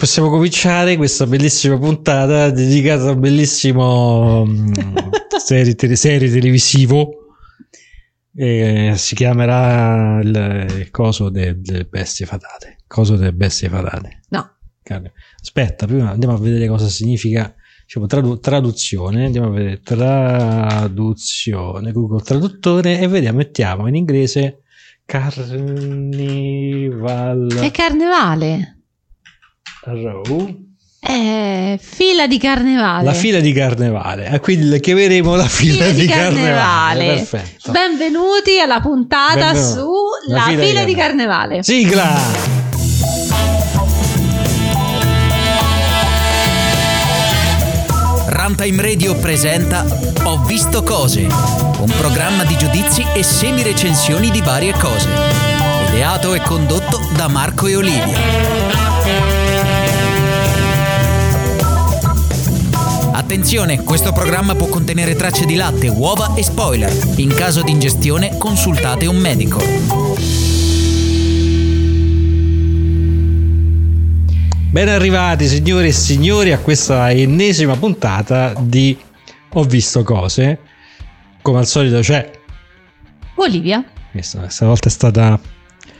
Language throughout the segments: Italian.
Possiamo cominciare questa bellissima puntata dedicata a un bellissimo mm, serie, tele- serie televisivo. Eh, si chiamerà il, il coso de- delle bestie fatate. Coso delle bestie fatate. No. Carne. Aspetta, prima andiamo a vedere cosa significa diciamo, tradu- traduzione. Andiamo a vedere traduzione Google Traduttore e vediamo, mettiamo in inglese È Carnival carnevale. Row. È Eh, fila di carnevale. La fila di carnevale, eh, quindi chiameremo la fila, di, carnevale. Perfetto. Benvenuti alla puntata Benvenuti. su La La, fila fila, di di carnevale. carnevale. Sigla! Runtime Radio presenta Ho visto cose, un programma di giudizi e semirecensioni di varie cose. Ideato e condotto da Marco e Olivia. Attenzione, questo programma può contenere tracce di latte, uova e spoiler. In caso di ingestione consultate un medico. Ben arrivati signore e signori a questa ennesima puntata di Ho visto cose. Come al solito c'è, Olivia, questa, questa volta è stata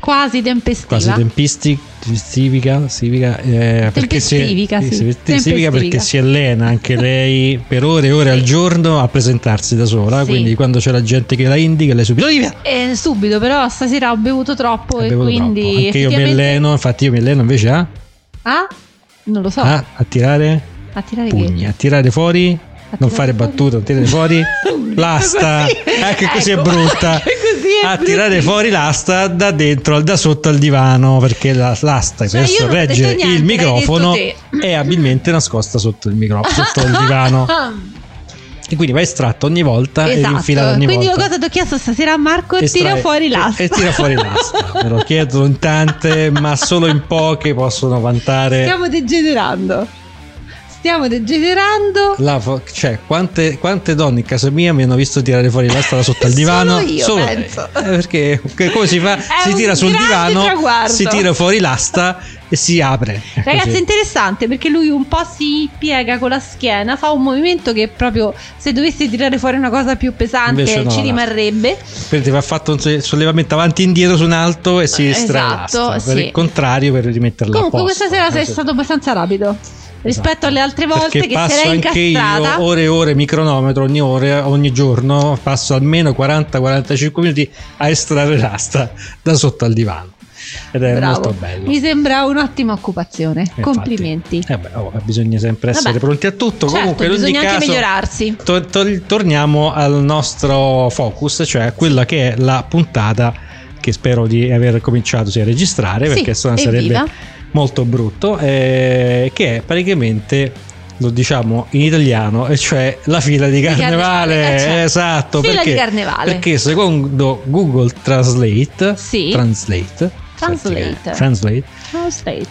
quasi tempestiva. quasi tempistica, tempistica, stivica, eh, perché si, Tempestiva, sì. sì, tempestiva perché Tempestiva. si allena anche lei per ore e ore al giorno a presentarsi da sola, Sì. quindi quando c'è la gente che la indica lei subito Olivia! Eh, subito, però stasera ho bevuto troppo e Abbiamo avuto quindi. troppo. Anche io mi effettivamente- alleno, infatti io mi alleno invece a, Ah? Non lo so. a- a tirare A tirare Ah, pugni, a tirare fuori, non tirare fare fuori? battute, a tirare fuori che? l'asta. Così. Ecco così è Ecco, brutta. anche così è a tirare fuori l'asta da dentro, da sotto al divano, perché la- l'asta Cioè, per io non ho detto sorreggere niente, il l'hai detto microfono te. è abilmente nascosta sotto il microfono, sotto il divano. Ah, E quindi va estratto ogni volta e esatto. rinfilato ogni Quindi io volta. cosa ti ho chiesto stasera a Marco? E tira stra- fuori e- l'asta. E, tira fuori l'asta. Me lo chiedono in tante, ma solo in poche possono vantare. Stiamo degenerando. Stiamo degenerando. la fo- cioè, quante, quante donne in casa mia mi hanno visto tirare fuori l'asta da sotto al divano? Solo io, lei. penso. Eh, Perché che- come si fa? È si un tira sul grande divano, traguardo. si tira fuori l'asta e si apre. È Ragazzi, è così. interessante perché lui un po' si piega con la schiena, fa un movimento che proprio se dovessi tirare fuori una cosa più pesante Invece no, ci no. rimarrebbe. Quindi va fatto un se- sollevamento avanti e indietro su un alto e si estrae Esatto, l'asta. Per sì. il contrario, per rimetterla Comunque, a posto. questa sera sei Così. stato abbastanza rapido rispetto alle altre Esatto. volte Perché che passo si era anche io oh, incastrata. ore e ore micronometro ogni ora, ogni giorno passo almeno 40-45 minuti a estrarre l'asta da sotto al divano ed è Bravo. molto bello Mi sembra un'ottima occupazione. Infatti. Complimenti. Eh beh, oh, bisogna sempre essere Vabbè. pronti a tutto Certo, comunque in ogni bisogna anche caso migliorarsi. to- to- torniamo al nostro focus cioè a quella che è la puntata che spero di aver cominciato sia a registrare Sì, perché sennò sarebbe evviva. molto brutto, eh, che è praticamente lo diciamo in italiano, e cioè la fila di carnevale. carnevale, eh, certo. Esatto, Fila di perché, carnevale. perché secondo Google Translate, Sì. Translate, Translate. senti che- Translate, Oh, straight.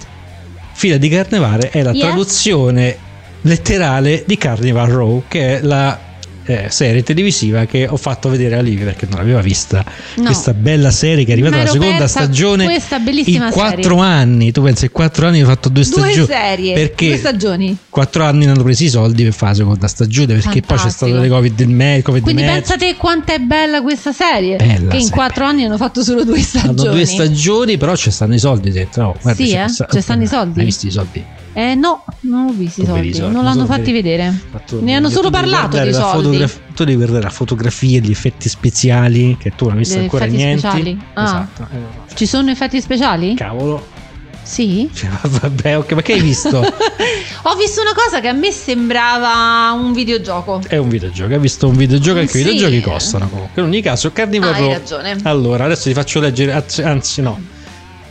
fila di carnevale è la Yes. traduzione letterale di Carnival Row, che è la eh, serie televisiva che ho fatto vedere a Livi perché non l'aveva vista. No. Questa bella serie che è arrivata Me alla l'ero seconda persa stagione questa bellissima in serie. quattro anni. Tu pensi, in quattro anni ho fatto due stagioni? Due serie, Perché due stagioni. quattro anni non hanno preso i soldi per fare la seconda stagione perché poi c'è Fantastico. stato le covid del me- covid Quindi mezzo. pensate quanto è bella questa serie. Bella che in serie. quattro anni hanno fatto solo due stagioni. Hanno due stagioni, però ci stanno i soldi dentro. Oh, guarda, Sì, eh? sta- Ci stanno i soldi? Hai visto i soldi? Eh no, non ho visto i Poveri soldi, soldi, non non l'hanno sono fatti veri. vedere. Ma tu- Ne hanno tu solo devi parlato guardare di la soldi. fotograf- tu devi guardare la fotografia, gli effetti speciali, che tu non hai visto Degli ancora effetti niente. speciali? Ah. Esatto. Eh, Ci sono effetti speciali? Cavolo. Sì. Cioè, vabbè, ok, ma che hai visto? ho visto una cosa che a me sembrava un videogioco. È un videogioco, hai visto un videogioco anche Sì. i videogiochi costano comunque. In ogni caso, Carnivore Ah, hai ragione. Allora, adesso ti faccio leggere, anzi, anzi, no.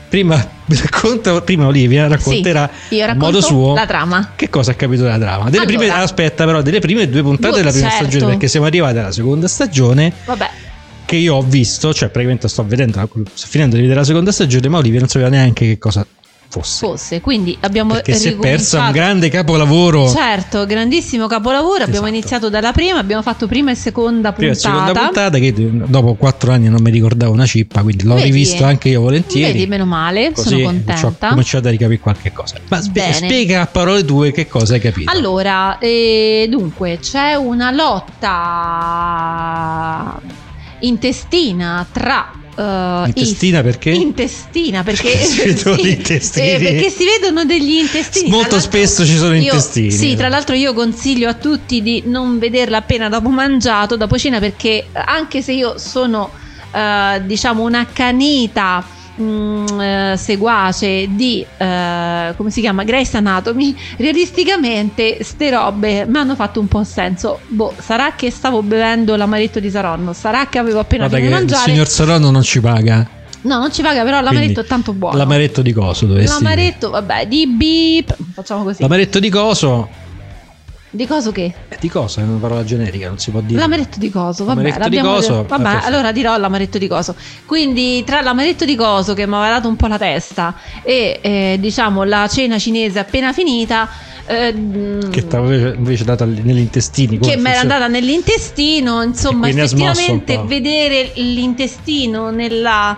Prima, racconta, prima Olivia racconterà Io a racconto modo suo la trama. Che cosa ha capito della trama? Delle Allora. prime- aspetta, però, delle prime due puntate Due- della prima certo. stagione, perché siamo arrivati alla seconda stagione. Vabbè, Che io ho visto, cioè praticamente sto vedendo, sto finendo di vedere la seconda stagione, ma Olivia non sapeva neanche che cosa fosse. fosse. Quindi abbiamo perché si è persa un ricominciato- grande capolavoro. Certo, grandissimo capolavoro. Abbiamo Esatto. iniziato dalla prima, abbiamo fatto prima e seconda Prima e puntata. seconda puntata che dopo quattro anni non mi ricordavo una cippa, quindi l'ho Vedi? rivisto anche io volentieri. Vedi, meno male, Così sono Ho contenta. cominciato a ricapire qualche cosa. Ma spie- Bene. spiega a parole tue che cosa hai capito. Allora, eh, dunque, c'è una lotta intestina tra eh, Intestina perché? Intestina perché, Perché si vedono sì, gli intestini. eh, perché si vedono degli intestini. Molto Tra l'altro spesso ci sono io- intestini. Sì, tra l'altro io consiglio a tutti di non vederla appena dopo mangiato, dopo cena, perché anche se io sono eh, diciamo una canita mh, eh, seguace di eh, come si chiama Grey's Anatomy realisticamente ste robe mi hanno fatto un po' senso boh sarà che stavo bevendo l'amaretto di Saronno sarà che avevo appena Guarda che finito di il mangiare signor Saronno non ci paga. no non ci paga però l'amaretto Quindi, è tanto buono L'amaretto eh di coso dovresti dire. l'amaretto vabbè di beep facciamo così L'amaretto di coso. di coso che? eh, Di coso è una parola generica, non si può dire. L'amaretto di coso, vabbè, L'amaretto di l'abbiamo coso, vabbè, ah, perfetto. allora dirò l'amaretto di coso. Quindi tra l'amaretto di coso che mi aveva dato un po' la testa e eh, diciamo la cena cinese appena finita eh, mm, Che ti aveva invece data negli intestini. che come mi era funziona? andata nell'intestino, insomma, E quindi ha smosso un effettivamente po'. vedere l'intestino nella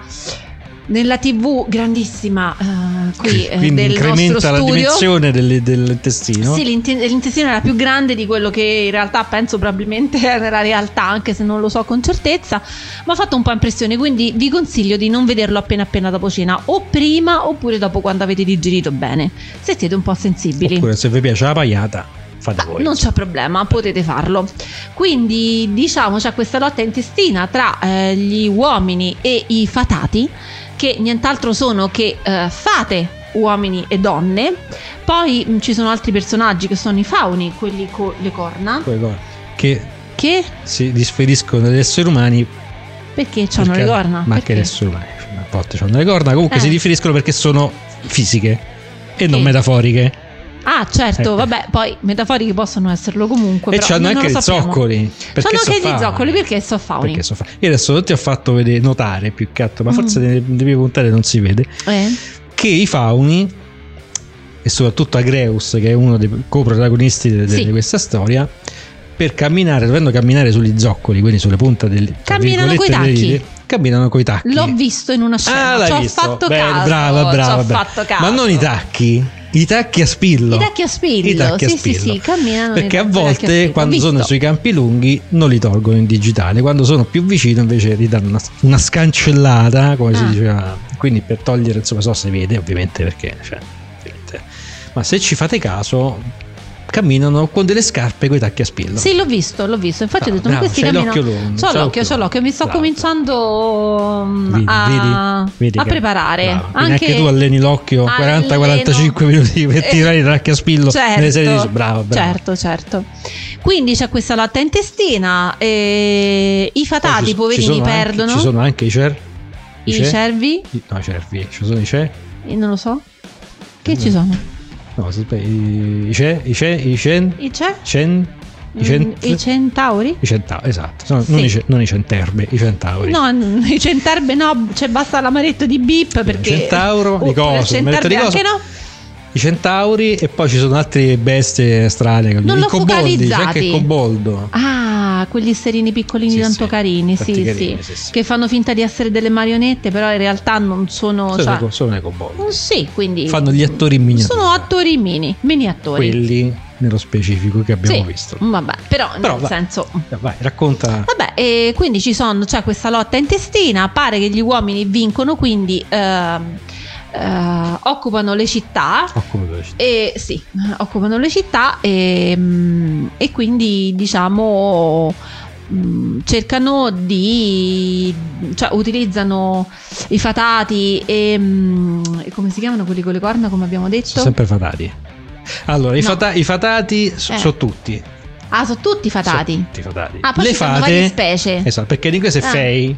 nella TV grandissima eh, qui eh, Quindi del nostro incrementa la studio dimensione delle- dell'intestino. sì, l'inte- l'intestino era più grande di quello che in realtà penso probabilmente era la realtà, anche se non lo so con certezza, ma ha fatto un po' impressione, quindi vi consiglio di non vederlo appena appena dopo cena, o prima oppure dopo quando avete digerito bene, se siete un po' sensibili. Oppure se vi piace la pagliata, fate Ah, voi. Non c'è problema, potete farlo. Quindi diciamo c'è questa lotta intestina tra eh, gli uomini e i fatati, che nient'altro sono che eh, fate uomini e donne. Poi mh, ci sono altri personaggi che sono i fauni, quelli con le corna, Quelle cose Che che si disferiscono dagli esseri umani. perché hanno perché- le corna? Ma anche gli Perché? esseri umani. A volte hanno le corna. Comunque Eh. si differiscono perché sono fisiche e non Sì. metaforiche. Ah, certo, Ecco. vabbè, poi metaforiche possono esserlo comunque. E però c'hanno noi non anche lo gli sappiamo. zoccoli. Perché C'hanno so anche gli fare. zoccoli perché sono fauni. Perché so fare. Io adesso non ti ho fatto vedere, notare più che altro, ma forse Mm. nelle nelle prime puntate non si vede. Eh? Che i fauni, e soprattutto Agreus, che è uno dei coprotagonisti de- de- Sì. di questa storia, per camminare, dovendo camminare sugli zoccoli, quindi sulle punte del tra Camminano virgolette, coi delle tacchi. dita, camminano coi tacchi. L'ho visto in una scena, Ah, l'hai ci ho visto. fatto Bene, caso. brava, ci brava, ho brava. fatto caso. Ma non i tacchi, i tacchi a spillo. I tacchi a spillo, I tacchi a sì, sì, spillo. sì, camminano Perché i a tacchi a volte spillo. quando Ho sono visto. sui campi lunghi non li tolgono in digitale, quando sono più vicino invece gli danno una, una scancellata, come si Ah. diceva. Quindi per togliere, insomma, so se vede ovviamente perché... cioè, ovviamente. Ma se ci fate caso, camminano con delle scarpe con i tacchi a spillo. Sì, l'ho visto, l'ho visto. Infatti Ah, ho detto, ma bravo, questi c'hai camminano. l'occhio lungo, c'hai C'ho l'occhio, l'occhio c'ho l'occhio. Mi sto lungo. cominciando um, Vedi, a, vedi, vedi a che- preparare. bravo. Quindi anche, tu alleni l'occhio Alleno. 40-45 minuti per Eh, tirare i tacchi a spillo nelle serie di Certo, bravo, bravo. certo, certo. Quindi c'è questa lotta intestina. E I Poi fatati, Eh, ci- i poverini, ci sono anche- perdono. ci sono anche i cer I cer- cervi, i- No, i cervi, ci sono i cer eh, non lo so. Che ci Mm. sono? No, se sbagli- i, i ce- i ce- i cen, I, ce- cen, i mm, cent, i centauri? i centa- esatto, sono- non, Sì. i, ce- non i centerbe, i centauri. No, n- i centerbe no, cioè basta l'amaretto di bip perché centauro, di Oh, coso, il l'amaretto di centerbe coso. anche no. I centauri e poi ci sono altre bestie strane, Non i l'ho coboldi, c'è anche focalizzati. il coboldo. Ah, quegli serini piccolini Sì, tanto sì, carini, tanti sì, carini, sì, sì, sì. che fanno finta di essere delle marionette, però in realtà non sono... sono, cioè- i co- sono i cowboy. Mm, sì, quindi... Fanno gli attori in miniatura. Sono attori mini, mini attori. Quelli nello specifico che abbiamo Sì, Mm, visto. Vabbè, però, Però nel va- senso... mm. Vai, racconta. Vabbè, e quindi ci sono, c'è questa lotta intestina, pare che gli uomini vincono, quindi ehm, eh, occupano le città. Occupa la città. E sì, occupano le città e, mm, e quindi diciamo mm, cercano di cioè utilizzano i fatati e, mm, e come si chiamano quelli con le corna come abbiamo detto Sono sempre fatati. Allora, i, No. fata- i fatati so- Eh. sono tutti. ah sono tutti fatati Sono tutti fatati. ah poi Le ci sono fate- varie specie Esatto, perché in inglese è Ah. fei,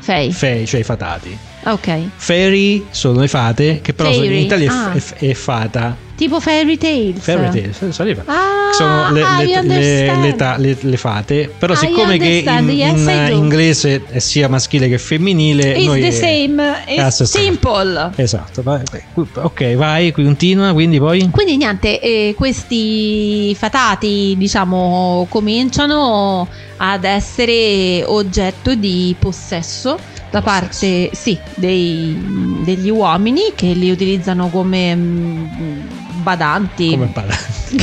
fei fei, cioè i fatati. ok Fairy sono le fate, che però sono- in Fairy, Italia è, ah. f- è- è fata. tipo fairy tales Fairy tale, sono- sono le fate. Ah, sono le, I le- le- understand. le ta- le- le fate, però I siccome che in, understand, yes, in I do. inglese è sia maschile che femminile, It's noi the same, è la it's stessa simple. cosa. Esatto, vai- ok, vai, continua, quindi poi Quindi niente, eh, questi fatati diciamo cominciano ad essere oggetto di possesso da parte sì, dei- degli uomini che li utilizzano come mm, badanti, come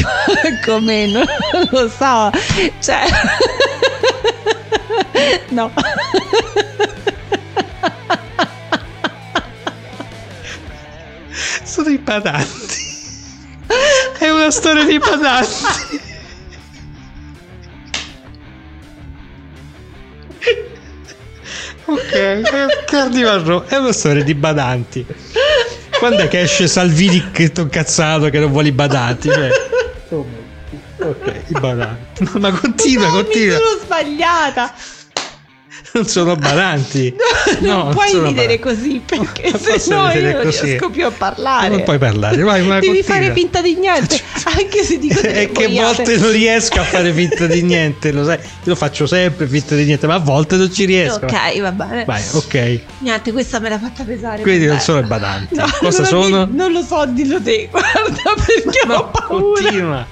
come, parla? non lo so, cioè... no. Sono i patanti. È una storia di patanti. ok, eh, Cardivarro, è una storia di badanti. Quando è che esce Salvini che è un cazzato che non vuole i badanti? Cioè, ok, i badanti. No, ma continua, No, mi continua. sono sbagliata. Non sono badanti. No, non puoi sono ridere badanti. così perché Non se posso no ridere io non così. riesco più a parlare. Non puoi parlare, vai, ma Eh, Devi continua. fare finta di niente, anche se dico delle E che boiate. volte non riesco a fare finta di niente, lo sai, io lo faccio sempre finta di niente, ma a volte non ci riesco. Ok, va bene. Vai, ok. Niente, questa me l'ha fatta pesare. Quindi non vabbè. sono i badanti. No, Cosa allora sono? di- Non lo so, dillo te. Guarda perché ho paura. Continua.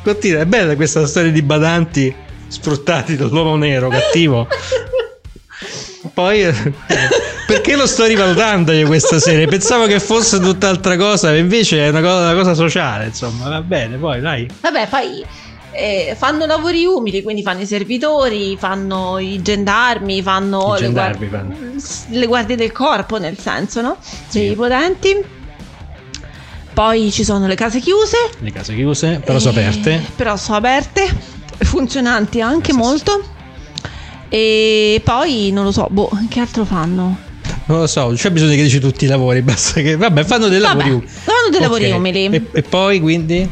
Continua, è bella questa storia di badanti sfruttati dall'uomo nero cattivo. Poi eh, perché lo sto rivalutando io questa serie? Pensavo che fosse tutt'altra cosa, e invece è una cosa, una cosa sociale, insomma, va bene, poi dai. Vabbè, poi eh, fanno lavori umili, quindi fanno i servitori, fanno i gendarmi, fanno I le, guar- gendarmi fanno. le guardie del corpo, nel senso, no? Dei potenti. Poi ci sono le case chiuse. Le case chiuse, però sono Eh, aperte. Però sono aperte, funzionanti Sì, anche sì, molto. E poi non lo so, boh, che altro fanno? Non lo so, non c'è bisogno che dici tutti i lavori, basta che... Vabbè, fanno dei Vabbè, lavori umili. fanno dei lavori Ok, umili. E, e poi quindi...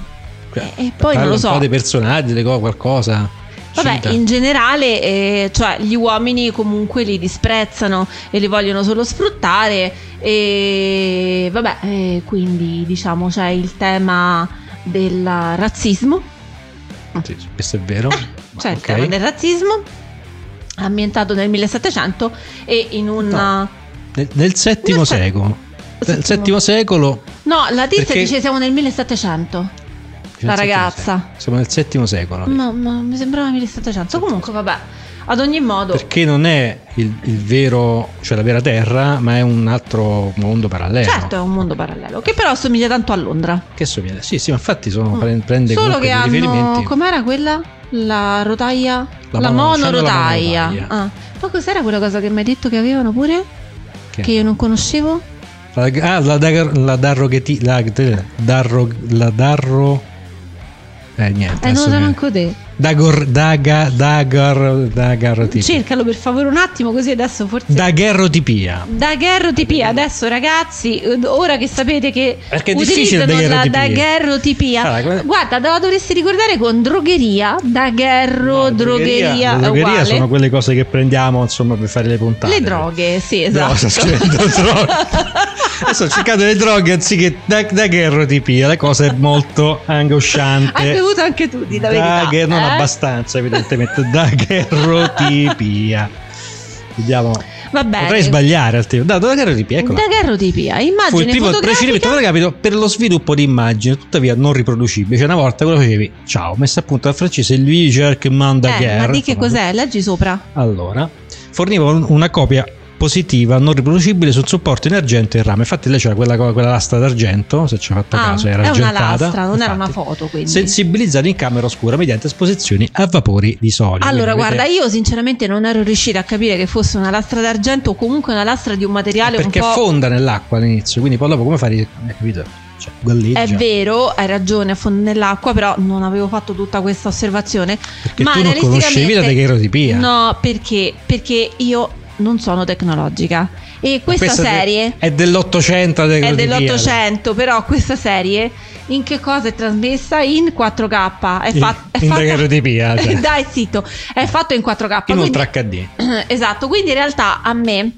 Cioè, e poi parla non lo un so. po' dei personaggi, delle co- qualcosa. Vabbè, Cita. in generale, eh, cioè, gli uomini comunque li disprezzano e li vogliono solo sfruttare. E vabbè, eh, quindi diciamo c'è il tema del razzismo. Eh, Sì, sì, questo è vero. Ma C'è il Oh, ok. tema del razzismo, ambientato nel 1700 e in un. No. Nel, nel settimo Nel se- secolo. settimo. Nel settimo secolo... No, la tizia Perché- dice siamo nel 1700. La nel settimo ragazza. secolo. Siamo nel settimo secolo. Ma, ma mi sembrava 1700. Comunque, vabbè. Ad ogni modo, Perché non è il, il vero, cioè la vera terra, ma è un altro mondo parallelo. certo, è un mondo parallelo che però assomiglia tanto a Londra. Che somiglia. Sì, sì, ma infatti sono, Mm. pre- prende Solo comunque che dei hanno riferimenti. com'era quella? La rotaia, La la, mono- c'hanno la monorotaia. monorotaia. Ah. Ma cos'era quella cosa che mi hai detto che avevano pure? Che? Che, io non conoscevo? La, ah, la, dar- la darrogheti. La, darro, la darro. Eh, niente. Eh, non adesso lo so mi- manco te. Dagor. Daga, dagar. Dagarotipia. Cercalo per favore un attimo, così adesso forse. Daguerrotipia. Daguerrotipia, adesso ragazzi, eh, ora che sapete che Perché è difficile utilizzano la daguerrotipia. daguerrotipia, Allora, guarda- ah, guarda, te la dovresti ricordare con drogheria, daguerro, drogheria, è uguale. sono quelle cose che prendiamo insomma per fare le puntate. Le droghe, sì, No, esatto. sto scrivendo droghe. Adesso ho cercato le droghe anziché da, daguerrotipia. La cosa è molto angosciante. Hai bevuto anche tu, di la verità. Dagger, eh, non eh? abbastanza, evidentemente. Daguerrotipia. Vediamo. Va bene. Potrei sbagliare al tempo. Da, da Garrotipi, eccola. Da Garrotipia, Fu il immagine primo ah, fotografica. procedimento fotografico per lo sviluppo di immagine, tuttavia non riproducibile. Cioè, una volta quello facevi, ciao, messa a punto dal francese Louis Jacques Eh, Mandaguerre. ma di che cos'è? Leggi sopra. Allora, forniva un- una copia positiva non riproducibile sul supporto in argento e in rame. Infatti, lei c'era quella, quella lastra d'argento, se ci ha fatto Ah, caso, era è una argentata. lastra, non era Infatti. una foto, quindi. Sensibilizzata in camera oscura mediante esposizioni a vapori di solio. Allora, Quindi avete- guarda, io sinceramente non ero riuscita a capire che fosse una lastra d'argento o comunque una lastra di un materiale un perché po'. affonda nell'acqua all'inizio, quindi poi dopo come fai? Hai capito? Cioè, galleggia. È vero, hai ragione, a fondo nell'acqua, però non avevo fatto tutta questa osservazione. Perché ma tu non analisticamente- conoscevi la degherotipia. No, perché? Perché io non sono tecnologica. E questa, Questa de- serie è dell'Ottocento. la è degherotipia. dell'Ottocento, però questa serie in che cosa è trasmessa? In 4K. È, In- fat- è in fatta- degherotipia, cioè. Dai, zitto. È fatto in 4K. In quindi- ultra HD. esatto, quindi in realtà a me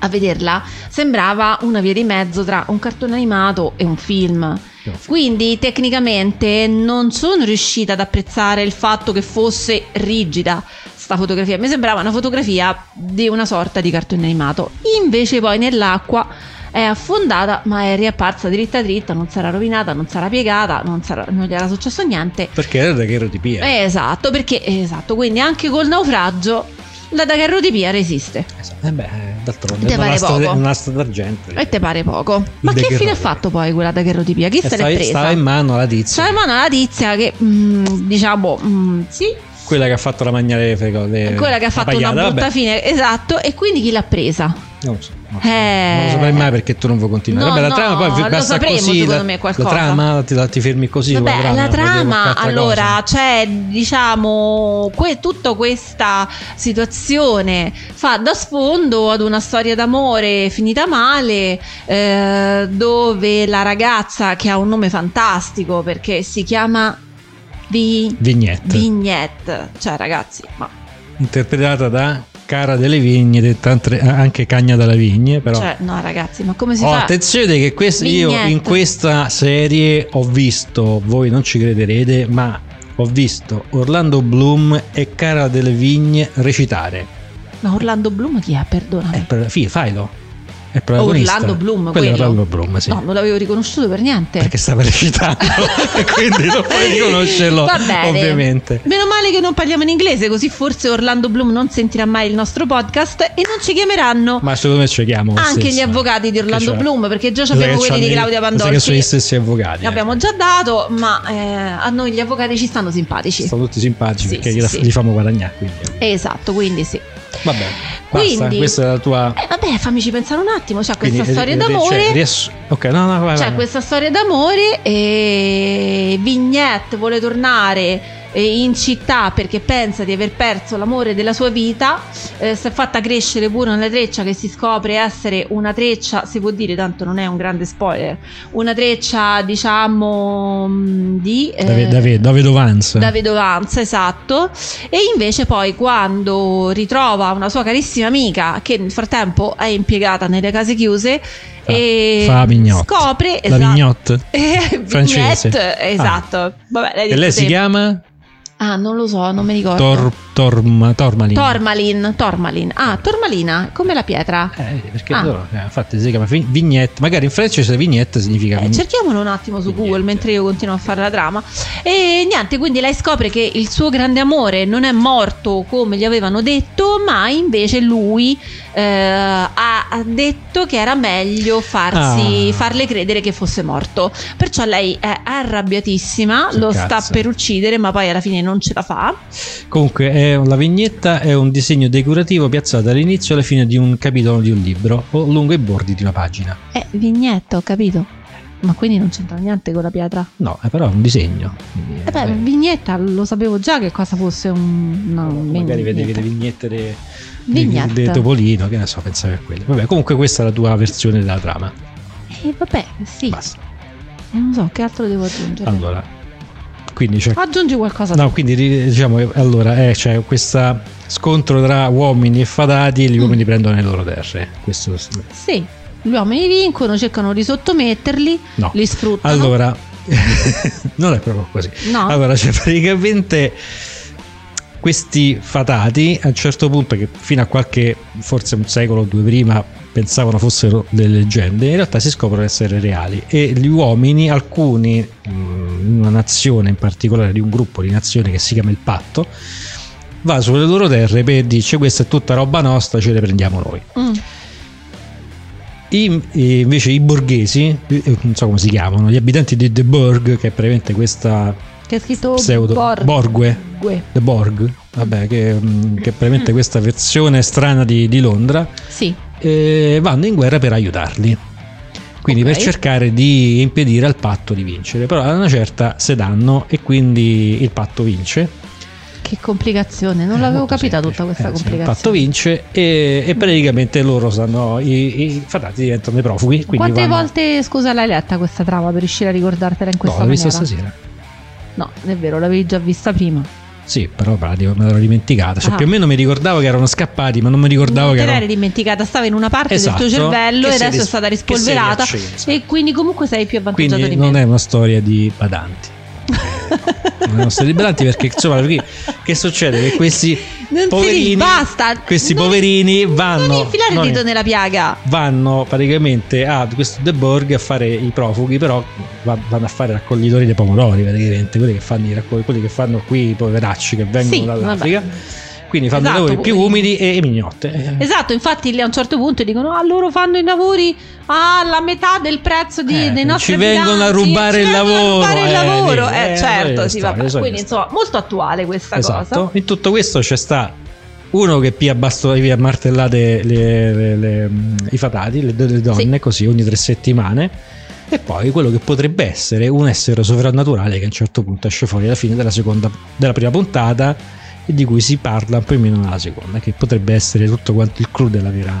a vederla sembrava una via di mezzo tra un cartone animato e un film. Quindi tecnicamente non sono riuscita ad apprezzare il fatto che fosse rigida sta fotografia. Mi sembrava una fotografia di una sorta di cartone animato. Invece poi nell'acqua è affondata, ma è riapparsa dritta dritta, non sarà rovinata, non sarà piegata, non, sarà- non gli era successo niente. Perché era degherotipia. Eh, Esatto, perché esatto, quindi anche col naufragio la daguerrotipia resiste. Esatto. Eh beh, d'altronde Te è una pare lastra, poco? una lastra d'argento. eh, E te pare poco. Ma che fine Daguerreotipia. ha fatto poi quella daguerrotipia? Chi E se l'è Eh, stava, presa? stava in mano la tizia, Stava in mano la tizia che, mm, diciamo, mm, sì, quella che ha fatto la magnale Eh, è quella che ha fatto una brutta fine. Esatto, e quindi chi l'ha presa? Non lo so, non lo so. Eh. Non lo saprai mai perché tu non vuoi continuare. No, vabbè, la no, trama poi lo basta sapremo, così. secondo La, me, la qualcosa. trama ti, la- ti fermi così. con Vabbè, la non voglio trama, qualche altra allora, cosa. c'è diciamo que- tutta questa situazione fa da sfondo ad una storia d'amore finita male, eh, dove la ragazza che ha un nome fantastico perché si chiama Vi- Vignette Vignette, cioè ragazzi, ma interpretata da Cara delle Vigne, detta antre- anche Cagna dalla Vigne, però. cioè, no ragazzi, ma come si Oh, fa? attenzione che questo- io Vignette. in questa serie ho visto, voi non ci crederete, ma ho visto Orlando Bloom e Cara delle Vigne recitare. Ma Orlando Bloom chi è? Perdonami. È per, fi- Filo è Eh, protagonista. Orlando Bloom, quello. è quello. Orlando Bloom, sì. No, non l'avevo riconosciuto per niente. Perché stava recitando, e quindi non puoi riconoscerlo, Va bene. ovviamente. Meno male che non parliamo in inglese, così forse Orlando Bloom non sentirà mai il nostro podcast e non ci chiameranno Ma secondo me ci chiamo lo anche stesso, gli avvocati di perché Orlando c'è- Bloom, perché già pensa abbiamo che quelli di c'hanno i- Claudia pensa Che sono gli Pandolfi. stessi avvocati. eh. Li abbiamo già dato, ma eh, a noi gli avvocati ci stanno eh. simpatici. Sono tutti simpatici Sì, perché sì, li, sì. li fanno guadagnare. Quindi. Esatto, quindi sì. Vabbè, basta, Quindi- questa è la tua Eh, vabbè, fammici pensare un attimo, c'è Quindi, questa eh, storia eh, d'amore. cioè, riassu- ok, no, no, vai, C'è vai. Cioè, questa storia d'amore e Vignette vuole tornare eh, in città perché pensa di aver perso l'amore della sua vita, eh, si è fatta crescere pure una treccia che si scopre essere una treccia, si può dire tanto non è un grande spoiler, una treccia diciamo mh, di... eh, Dave, Dave, Dave Dovanza. da vedovanza, esatto. E invece poi quando ritrova una sua carissima amica che nel frattempo è impiegata nelle case chiuse e fa la Vignotte. scopre esatto. La Vignotte? Eh, Francese. Vignette, Ah. esatto. Vabbè, l'hai e detto lei si te. chiama Ah, non lo so, non mi ricordo. Tor, Torma, Tormalin. Tormalin, Tormalin. Ah, Tormalina, come la pietra. Eh, vedi, perché Ah. loro, eh, infatti si chiama fi- vignette, magari in francese vignette significa Eh, cerchiamolo un attimo su Vignette. Google mentre io continuo a fare la trama. E niente, quindi lei scopre che il suo grande amore non è morto come gli avevano detto, ma invece lui eh, ha, ha detto che era meglio farsi, Ah. farle credere che fosse morto. Perciò lei è arrabbiatissima, Che lo cazzo. sta per uccidere, ma poi alla fine non ce la fa. Comunque, è- la vignetta è un disegno decorativo piazzato all'inizio e alla fine di un capitolo di un libro o lungo i bordi di una pagina. Eh, vignetta, ho capito. Ma quindi non c'entra niente con la pietra. No, è però un disegno. quindi, Eh beh, eh, vignetta lo sapevo già che cosa fosse un. no, magari vedi che niente. le vignette de- Vignette. de- de Topolino, che ne so, pensare a quelle. Vabbè, comunque questa è la tua versione della trama. Eh, vabbè, sì. Basta. Eh, Non so, che altro devo aggiungere. Allora, quindi c'è Aggiungi qualcosa. No, quindi ri- diciamo che allora eh, c'è questo scontro tra uomini e fatati e Mm. gli uomini prendono le loro terre. Questo s- Sì, gli uomini vincono, cercano di sottometterli, no. li sfruttano. Allora, non è proprio così. No. Allora, c'è praticamente questi fatati a un certo punto, che fino a qualche, forse un secolo o due prima, pensavano fossero delle leggende, in realtà si scoprono essere reali e gli uomini, alcuni, in una nazione in particolare, di un gruppo di nazioni che si chiama il Patto, va sulle loro terre e dice questa è tutta roba nostra, ce le prendiamo noi. Mm. I- e invece i borghesi, eh, non so come si chiamano, gli abitanti di The Burg, che è praticamente questa Che è scritto pseudo Borg- Borgue, Gue. The Borg, vabbè, che, mm, che è praticamente questa versione strana di, di Londra, Sì. eh, vanno in guerra per aiutarli. Quindi Ok. per cercare di impedire al patto di vincere, però a una certa se danno e quindi il patto vince. Che complicazione, non Eh, l'avevo molto capita semplice. tutta questa Eh, sì, il complicazione. patto vince e, e praticamente loro sanno, i, i fatati diventano dei profughi. Quindi Quante vanno- volte, scusa, l'hai letta questa trama per riuscire a ricordartela in No, questa l'ho maniera? vista stasera. No, è vero, l'avevi già vista prima. Sì, però me la- me l'ero dimenticata. Cioè, Ah. più o meno mi ricordavo che erano scappati, ma non mi ricordavo non che te l'eri erano. dimenticata, stava in una parte Esatto, del tuo cervello che e si è adesso è ris- stata che si è rispolverata. riaccesa. E quindi comunque sei più avvantaggiato Quindi di me. non è una storia di badanti. non è una storia di badanti perché insomma, perché- che succede? Che questi Non si poverini, dice, basta, questi non- poverini vanno. Non infilare non- il dito nella piaga. vanno praticamente a questo The Borg a fare i profughi, però va- vanno a fare raccoglitori dei pomodori, praticamente quelli che fanno, i raccogli- quelli che fanno qui i poveracci che vengono Sì, dall'Africa. Quindi fanno Esatto, i lavori più poverini. umidi e, e mignotte. Eh, Esatto, infatti lì a un certo punto dicono ah loro fanno i lavori alla metà del prezzo di- Eh, dei nostri ci vengono a abitanti, eh, rubare ci il vengono a rubare il lavoro, eh, lavoro. lì, Eh, eh, certo, quelle sì, storie, vabbè. sono quindi le insomma molto attuale questa Esatto, cosa. in tutto questo c'è sta uno che pia bastoni via martellate le- le- le- i fatati, le, le donne, Sì. così ogni tre settimane, e poi quello che potrebbe essere un essere sovrannaturale che a un certo punto esce fuori alla fine della, seconda, della prima puntata e di cui si parla poi meno nella seconda, che potrebbe essere tutto quanto il clou della vera.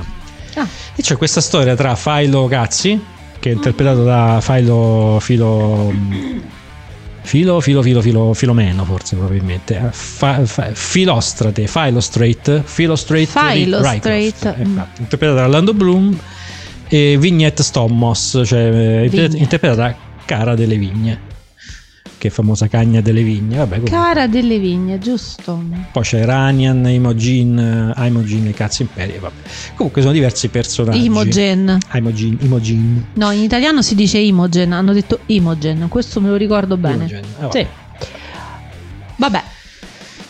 Ah. E c'è questa storia tra Philo Cazzi, che è interpretato da Philo Filo Filo, filo, filo, filo, filomeno forse probabilmente. Eh, fa- fa- filostrate, filostrate, filostrate, Filostrate, Rycroft, eh, mm. infatti, interpretata da Orlando Bloom e Vignette Stommos, cioè eh, Vignette. interpretata da Cara delle Vigne, che è famosa cagna delle vigne. Vabbè, comunque. Cara delle vigne, giusto? Poi c'è Iranian, Imogen, eh, Imogen e Cazzo Imperi, vabbè. Comunque sono diversi personaggi. Imogen. Imogen, Imogen. No, in italiano si dice Imogen, hanno detto Imogen, questo me lo ricordo bene. Imogen, eh, vabbè. Sì. Vabbè,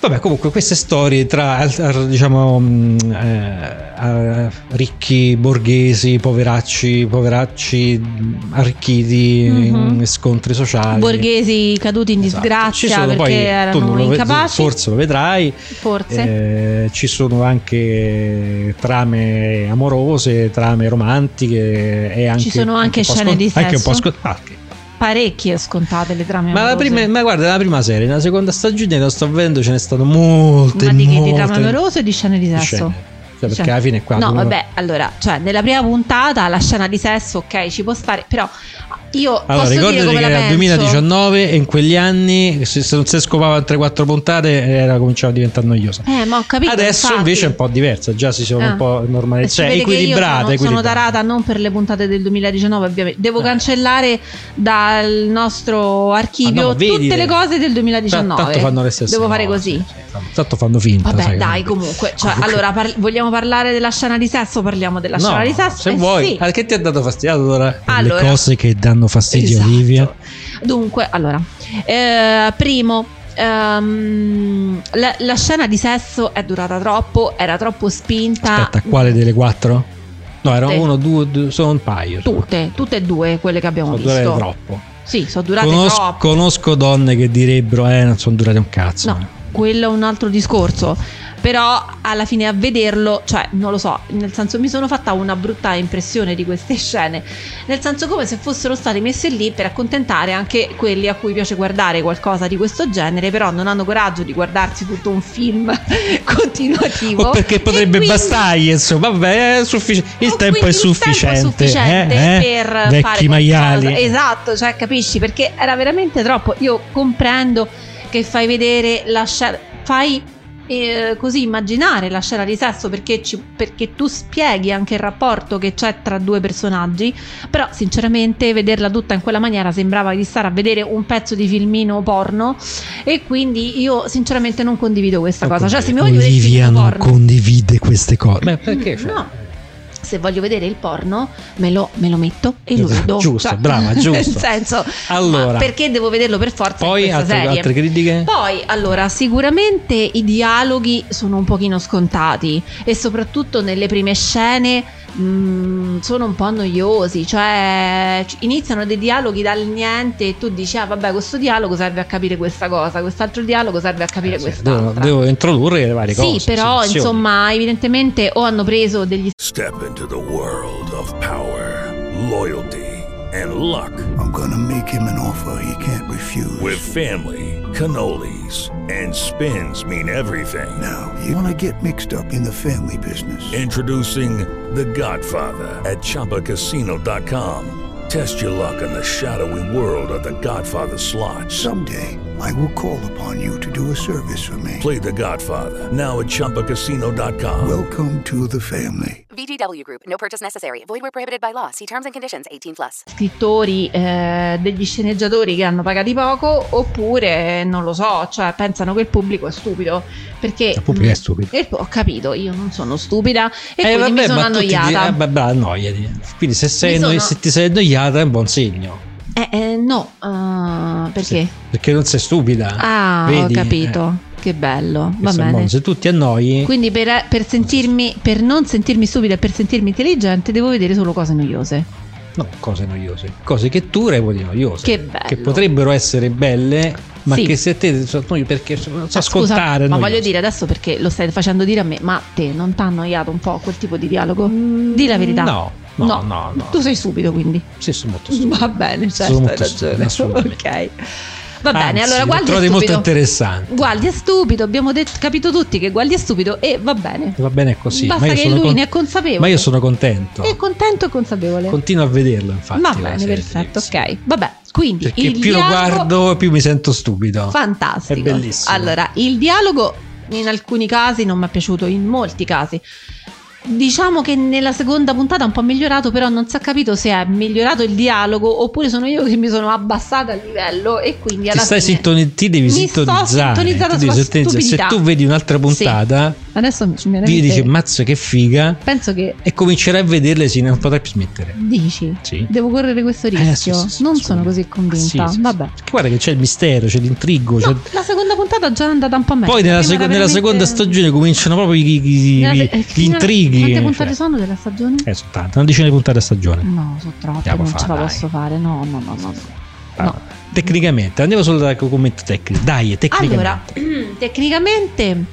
Vabbè, comunque, queste storie tra al- al- diciamo mh, eh, eh, ricchi borghesi, poveracci, poveracci mh, arricchiti Mhm. in scontri sociali. borghesi caduti in Esatto. Ci disgrazia sono, perché poi tu erano non lo ve- incapaci, forse lo vedrai. forse. Eh, ci sono anche trame amorose, trame romantiche e anche sono anche un po' scene scon- di anche un po' sesso. scon- ah, anche. parecchie scontate le trame Ma, la amorose. prima, ma guarda, la prima serie, nella seconda stagione, lo sto vedendo, ce ne sono molte. ma di, che- di molte- trame amorose e di scene di di sesso? scene. Cioè, Di perché scene. alla fine è qua. No, dove- vabbè, allora, cioè, nella prima puntata la scena di sesso, ok, ci può stare, però io Allora, posso dire ricordati che come la era penso. il 2019 e in quegli anni, se, se non si scopava 3-4 puntate, era, cominciava a diventare noiosa. Eh, ma ho capito. Adesso infatti. invece è un po' diversa, già si sono Ah. un po' Eh, normalizzate, si cioè vede che io equilibrate. Sono, sono equilibrate. tarata non per le puntate del 2019, ovviamente. Devo Eh. cancellare dal nostro archivio Ah, no, vedi, tutte le cose del 2019. Tanto fanno le stesse Devo fare cose, così. sì, fanno- Tanto fanno finta. Vabbè, sai, dai, quindi. comunque. Cioè, allora, par- vogliamo parlare della scena di sesso? Parliamo della No, scena di sesso. se Eh, vuoi, sì. Ah, che ti ha dato fastidio allora? Per Allora. Le cose che danno fastidio, Esatto. Olivia. Dunque, allora, eh, primo, ehm, la, la scena di sesso è durata troppo, era troppo spinta. Aspetta, quale delle quattro? No, erano Tutte. uno, due, due- sono un paio. Tutte, tutte e due quelle che abbiamo sono visto. durate troppo. Sì, sono durate Conosco, troppo. conosco donne che direbbero, eh, non sono durate un cazzo. No, quello è un altro discorso. Però alla fine a vederlo, cioè non lo so, nel senso mi sono fatta una brutta impressione di queste scene, nel senso come se fossero state messe lì per accontentare anche quelli a cui piace guardare qualcosa di questo genere, però non hanno coraggio di guardarsi tutto un film continuativo. O perché E potrebbe quindi- bastargli, insomma, vabbè, è suffici- il o tempo Oh, quindi è il tempo è sufficiente. sufficiente eh, eh? per Vecchi fare maiali. qualcosa. Esatto, cioè capisci perché era veramente troppo. Io comprendo che fai vedere la scena, fai eh, così immaginare la scena di sesso perché, ci- perché tu spieghi anche il rapporto che c'è tra due personaggi, però sinceramente vederla tutta in quella maniera sembrava di stare a vedere un pezzo di filmino porno e quindi io sinceramente non condivido questa Ecco, cosa. eh, Cioè se mi voglio vedere il Olivia filmino non porno... condivide queste cose. Beh, perché? cioè? No. Se voglio vedere il porno, me lo, me lo metto e lo vedo. Giusto, Cioè, brava, giusto. Nel senso, Allora. ma perché devo vederlo per forza Poi in questa altre, serie? altre critiche? Poi, allora, sicuramente i dialoghi sono un pochino scontati e soprattutto nelle prime scene mh, sono un po' noiosi, cioè c- iniziano dei dialoghi dal niente e tu dici ah vabbè questo dialogo serve a capire questa cosa, quest'altro dialogo serve a capire Eh, sì, devo, quest'altra. devo introdurre le varie sì, cose. però situazioni. insomma evidentemente o hanno preso degli Step into the world of power, loyalty, and luck I'm gonna make him an offer he can't refuse. with family, cannolis, and spins mean everything. now, you wanna get mixed up in the family business. Introducing The Godfather at ChumbaCasino.com. Test your luck in the shadowy world of The Godfather slot. Someday, I will call upon you to do a service for me. Play The Godfather now at ChumbaCasino.com. Welcome to the family. VGW Group. No purchase necessary. Void where prohibited by law. See terms and conditions. 18 plus. scrittori, eh, degli sceneggiatori che hanno pagati poco, oppure non lo so, cioè pensano che il pubblico è stupido. Perché Il pubblico è stupido. Eh, ho capito, io non sono stupida e Eh, quindi mi sono ma tu ti di- annoiata. eh, beh, beh, annoiati. Quindi se, sei Mi anno- sono- se ti sei annoiata è un buon segno. Eh, eh, no, eh, perché? Perché non sei stupida. Ah, Vedi? ho capito. Che bello, Eh, va insomma, bene. Se tu ti annoi, Quindi per, eh, per sentirmi, per non sentirmi stupida e per sentirmi intelligente devo vedere solo cose noiose. no, cose noiose, cose che tu reputi noiose, Che bello. potrebbero essere belle, ma Sì. che se te sono noi perché non so Ah, scusa, ascoltare. ma noiose. voglio dire adesso perché lo stai facendo dire a me, ma te non t'ha annoiato un po' quel tipo di dialogo? Di la verità. Mm, No, no, no, no. Tu sei stupido quindi. Sì, sono molto stupido. Va bene, certo, Sono hai molto stupido, ragione. assolutamente. ok. Va Anzi, bene, allora lo guardi è trovi stupido. molto interessante. Guardi è stupido, abbiamo det- capito tutti che Guardi è stupido e va bene. Va bene così. Basta ma io che sono lui con- ne è consapevole. Ma io sono contento. È contento e consapevole. Continuo a vederlo, infatti. va la bene, serie perfetto, televisiva. ok. Vabbè, quindi Perché il Cioè, più dialogo- lo guardo, più mi sento stupido. Fantastico. È bellissimo. Allora, il dialogo in alcuni casi non mi è piaciuto, in molti casi. Diciamo che nella seconda puntata è un po' migliorato, però non si è capito se è migliorato il dialogo oppure sono io che mi sono abbassata al livello e quindi ti, alla stai fine... sintoni- ti devi Mi sintonizzare. sto sintonizzata ti devi sulla sintonizzare. stupidità. Se tu vedi un'altra puntata, Adesso mi viene ti in dici mente- mazzo che figa Penso che e comincerai a vederle se non potrai più smettere. dici, Sì. devo correre questo Eh, rischio. sì, sì, sì, non sì. sono così convinta. Sì, sì, sì. Vabbè. Perché Guarda che c'è il mistero, c'è l'intrigo. c'è- No, la seconda puntata è già andata un po' meglio. Poi nella, Prima seco- era nella veramente- seconda stagione cominciano proprio i- i- i- Nella se- eh, gli fino a- intrighi. Quante cioè. puntate sono della stagione? Eh, soltanto una decina di puntate a stagione. No, sono troppe, Andiamo non a fare, ce la dai. posso fare. No, no, no, no. Ah, no. Tecnicamente, andiamo solo dal commento tecnico. Dai, tecnicamente. Allora, tecnicamente,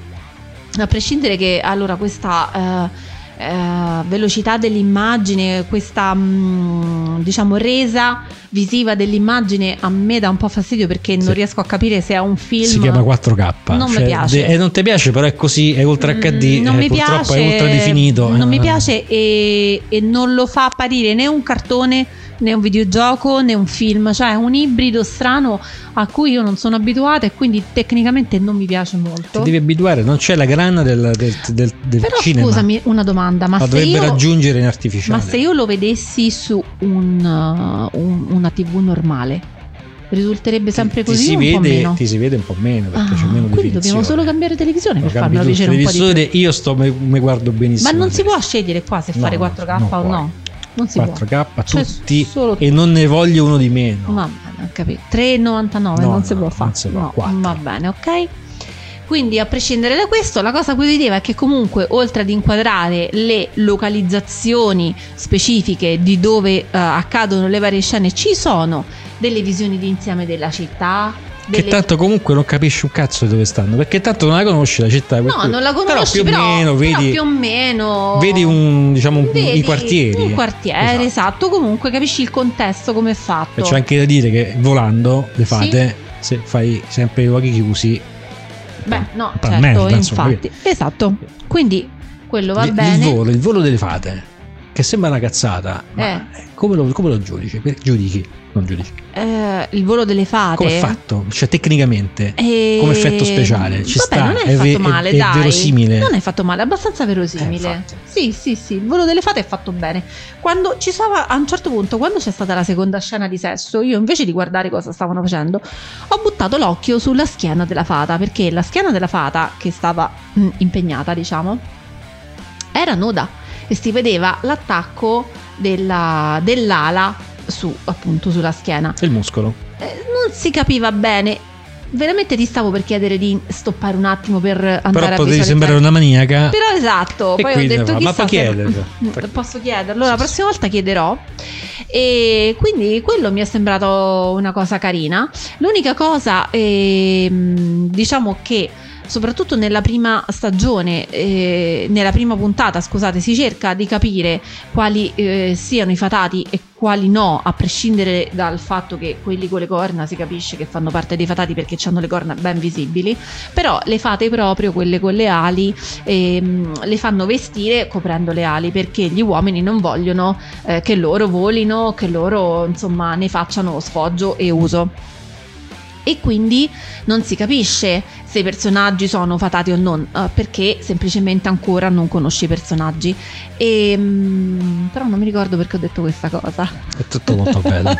a prescindere che allora questa eh, eh, velocità dell'immagine, questa mm, diciamo resa visiva dell'immagine a me dà un po' fastidio perché Sì. non riesco a capire se è un film. si chiama 4K. Non mi piace. de- eh, non ti piace, però è così, è ultra Mm, HD. non eh, mi purtroppo piace, mm, è ultra definito. Non mi eh. piace e, e non lo fa apparire né un cartone né un videogioco né un film, cioè è un ibrido strano a cui io non sono abituata e quindi tecnicamente non mi piace molto. Ti devi abituare, non c'è la grana del, del, del- del Però cinema. scusami una domanda, ma la se dovrebbe io raggiungere in artificiale. ma se io lo vedessi su un, uh, un- una TV normale risulterebbe sempre ti così si o un vede, po' meno? Ti si vede un po' meno perché Ah, c'è meno quindi dobbiamo definizione. solo cambiare televisione Lo per cambi farmelo tu il piacere un po' di più. televisore, io sto, mi, mi guardo benissimo. Ma non si adesso. può scegliere qua se No, fare no, 4K non o puoi. no. Non si può. 4K C'è tutti solo- e non ne voglio uno di meno. Mamma mia, ho capito. 3,99 No, non si no, può non fare. si può, No, quattro. va bene, ok? Quindi a prescindere da questo, la cosa positiva è che comunque oltre ad inquadrare le localizzazioni specifiche di dove eh, accadono le varie scene, ci sono delle visioni d'insieme della città. Che delle- tanto comunque non capisci un cazzo di dove stanno, perché tanto non la conosci la città. per No, cui- non la conosci, però più o meno vedi, più o meno vedi un, diciamo, un- vedi i quartieri. eh. Un quartiere, esatto. comunque capisci il contesto come è fatto. E c'è anche da dire che volando le fate, se fai sempre i luoghi chiusi, Beh, no, Tutta certo, Eh, merda, insomma, infatti. Esatto. Quindi quello va il- bene. il volo, il volo delle fate. che sembra una cazzata, ma come lo, come lo giudici? Per- giudichi, non giudici. Eh, il volo delle fate. eh, Come è fatto? Cioè, tecnicamente, E- come effetto speciale, ci Vabbè, sta, non è, è, fatto ve- è- male, è dai. verosimile. Non è fatto male, è abbastanza Eh, verosimile. infatti. sì, sì, sì, il volo delle fate è fatto bene. Quando ci stava, a un certo punto, quando c'è stata la seconda scena di sesso, io invece di guardare cosa stavano facendo, ho buttato l'occhio sulla schiena della fata, perché la schiena della fata, che stava mh, impegnata, diciamo, era nuda e si vedeva l'attacco della- dell'ala su, appunto, sulla schiena. Il muscolo. Eh, non si capiva bene. Veramente ti stavo per chiedere di stoppare un attimo per andare Però a potevi visualizzare. sembrare una maniaca. Però esatto, eh. E poi ho quindi, detto ma chissà puoi se- chiederlo. Mm, Posso chiederlo, la Sì, sì. prossima volta chiederò. E quindi quello mi è sembrato una cosa carina. L'unica cosa, ehm, diciamo che soprattutto nella prima stagione, eh, nella prima puntata, scusate, si cerca di capire quali eh, siano i fatati e quali no, a prescindere dal fatto che quelli con le corna si capisce che fanno parte dei fatati perché hanno le corna ben visibili, però le fate proprio, quelle con le ali, ehm, le fanno vestire coprendo le ali perché gli uomini non vogliono eh, che loro volino, che loro insomma ne facciano sfoggio e uso. E quindi non si capisce se i personaggi sono fatati o non, eh, perché semplicemente ancora non conosci i personaggi. E, mm, però non mi ricordo perché ho detto questa cosa. È tutto molto bello.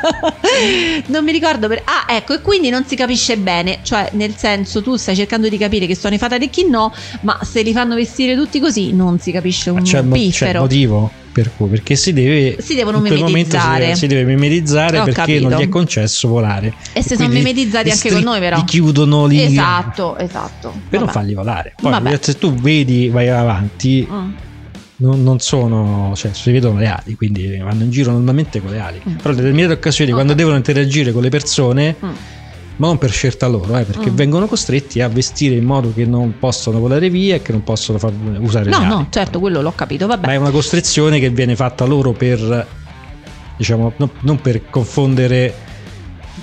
non mi ricordo per... Ah, ecco, e quindi non si capisce bene, cioè nel senso tu stai cercando di capire che sono i fatati e chi no, ma se li fanno vestire tutti così non si capisce Ma un c'è, mo- c'è piffero. motivo per cui perché si deve Si devono in quel momento si mimetizzare. deve, si deve mimetizzare Ho perché non capito. gli è concesso volare e se sono quindi mimetizzati li anche stri- con noi però. li chiudono lì Esatto, esatto. per non Vabbè. farli volare poi Vabbè. se tu vedi vai avanti Mm. non, non sono cioè si vedono le ali quindi vanno in giro normalmente con le ali Mm. però in determinate occasioni Ok. quando devono interagire con le persone Mm. ma non per scelta loro eh, perché Mm. vengono costretti a vestire in modo che non possono volare via e che non possono far usare No, le ali no, certo, quello l'ho capito, vabbè. ma è una costrizione che viene fatta loro per diciamo no- non per confondere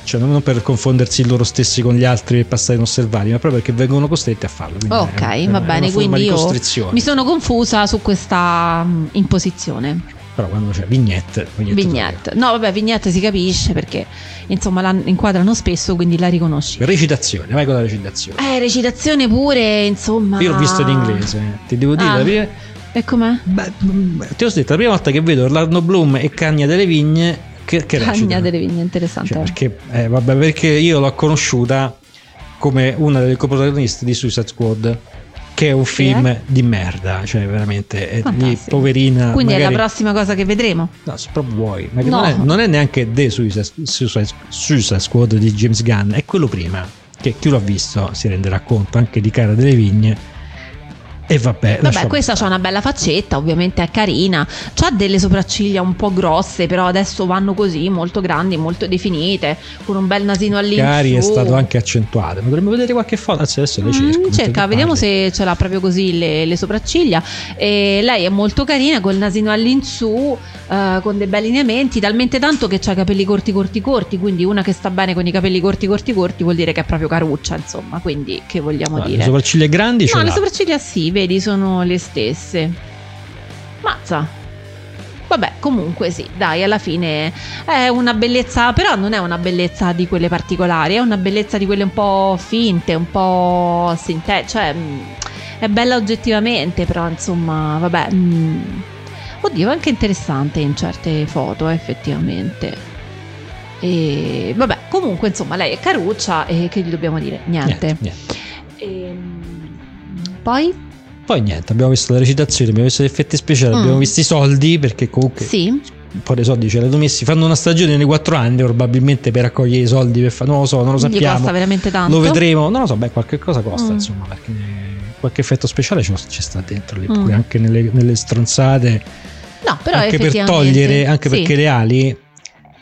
cioè non non per confondersi loro stessi con gli altri e passare inosservati ma proprio perché vengono costretti a farlo quindi Ok, è- eh, è va una bene, forma quindi di io costrizione Mi sono confusa su questa mm, imposizione. però quando c'è vignette vignette, Vignette. No, vabbè, vignette si capisce perché insomma la inquadrano spesso, quindi la riconosci. totale. recitazione vai con la recitazione Eh, recitazione pure, insomma. io l'ho vista in inglese ti devo dire Ah. la prima- E com'è? beh, beh, ti ho detto la prima volta che vedo Orlando Bloom e Cagna delle Vigne che, che Cagna recitano. delle vigne, interessante. Cioè, perché, eh, vabbè, perché io l'ho conosciuta come una delle coprotagoniste di Suicide Squad, che è un film di merda, cioè veramente è lì, Fantastico. poverina. quindi magari, è la prossima cosa che vedremo. No, se proprio vuoi, ma che No. non, è, non è neanche The Suicide, Suicide- Suicide Squad di James Gunn, è quello prima, che chi lo ha visto si renderà conto anche di Cara delle Vigne. E vabbè, Vabbè, lasciamo questa stare. c'ha una bella faccetta, ovviamente è carina. C'ha delle sopracciglia un po' grosse, però adesso vanno così, molto grandi, molto definite, con un bel nasino all'insù. Cari è stato anche accentuato. Ma dovremmo vedere qualche foto. Anzi, adesso le Mm, cerco. mentre tu cerca, parli. vediamo se ce l'ha proprio così le, le sopracciglia. E lei è molto carina, col nasino all'insù, eh, con dei bei lineamenti, talmente tanto che ha i capelli corti, corti, corti. Quindi una che sta bene con i capelli corti, corti, corti vuol dire che è proprio caruccia, insomma. Quindi, che vogliamo Guarda, dire? Le sopracciglia grandi ce No, le l'ha. sopracciglia sì, vedi, sono le stesse. Mazza. Vabbè, comunque sì, dai, alla fine è una bellezza, però non è una bellezza di quelle particolari, è una bellezza di quelle un po' finte, un po' sintetiche, cioè mh, è bella oggettivamente, però insomma, vabbè. mh. Oddio, è anche interessante in certe foto, eh, effettivamente. E vabbè, comunque insomma, lei è caruccia e che gli dobbiamo dire? Niente, Niente. niente. Ehm, poi? Poi niente, abbiamo visto la recitazione, abbiamo visto gli effetti speciali, Mm. abbiamo visto i soldi, perché comunque Sì. un po' dei soldi ce li hanno messi. Fanno una stagione nei quattro anni, probabilmente per raccogliere i soldi, per fa- non lo so, non lo Gli costa sappiamo. veramente tanto. Lo vedremo, non lo so, beh, qualche cosa costa, Mm. insomma, perché qualche effetto speciale ci ci sta dentro lì, Mm. pure anche nelle, nelle stronzate, No, però anche per effettivamente- togliere, anche sì. perché le ali,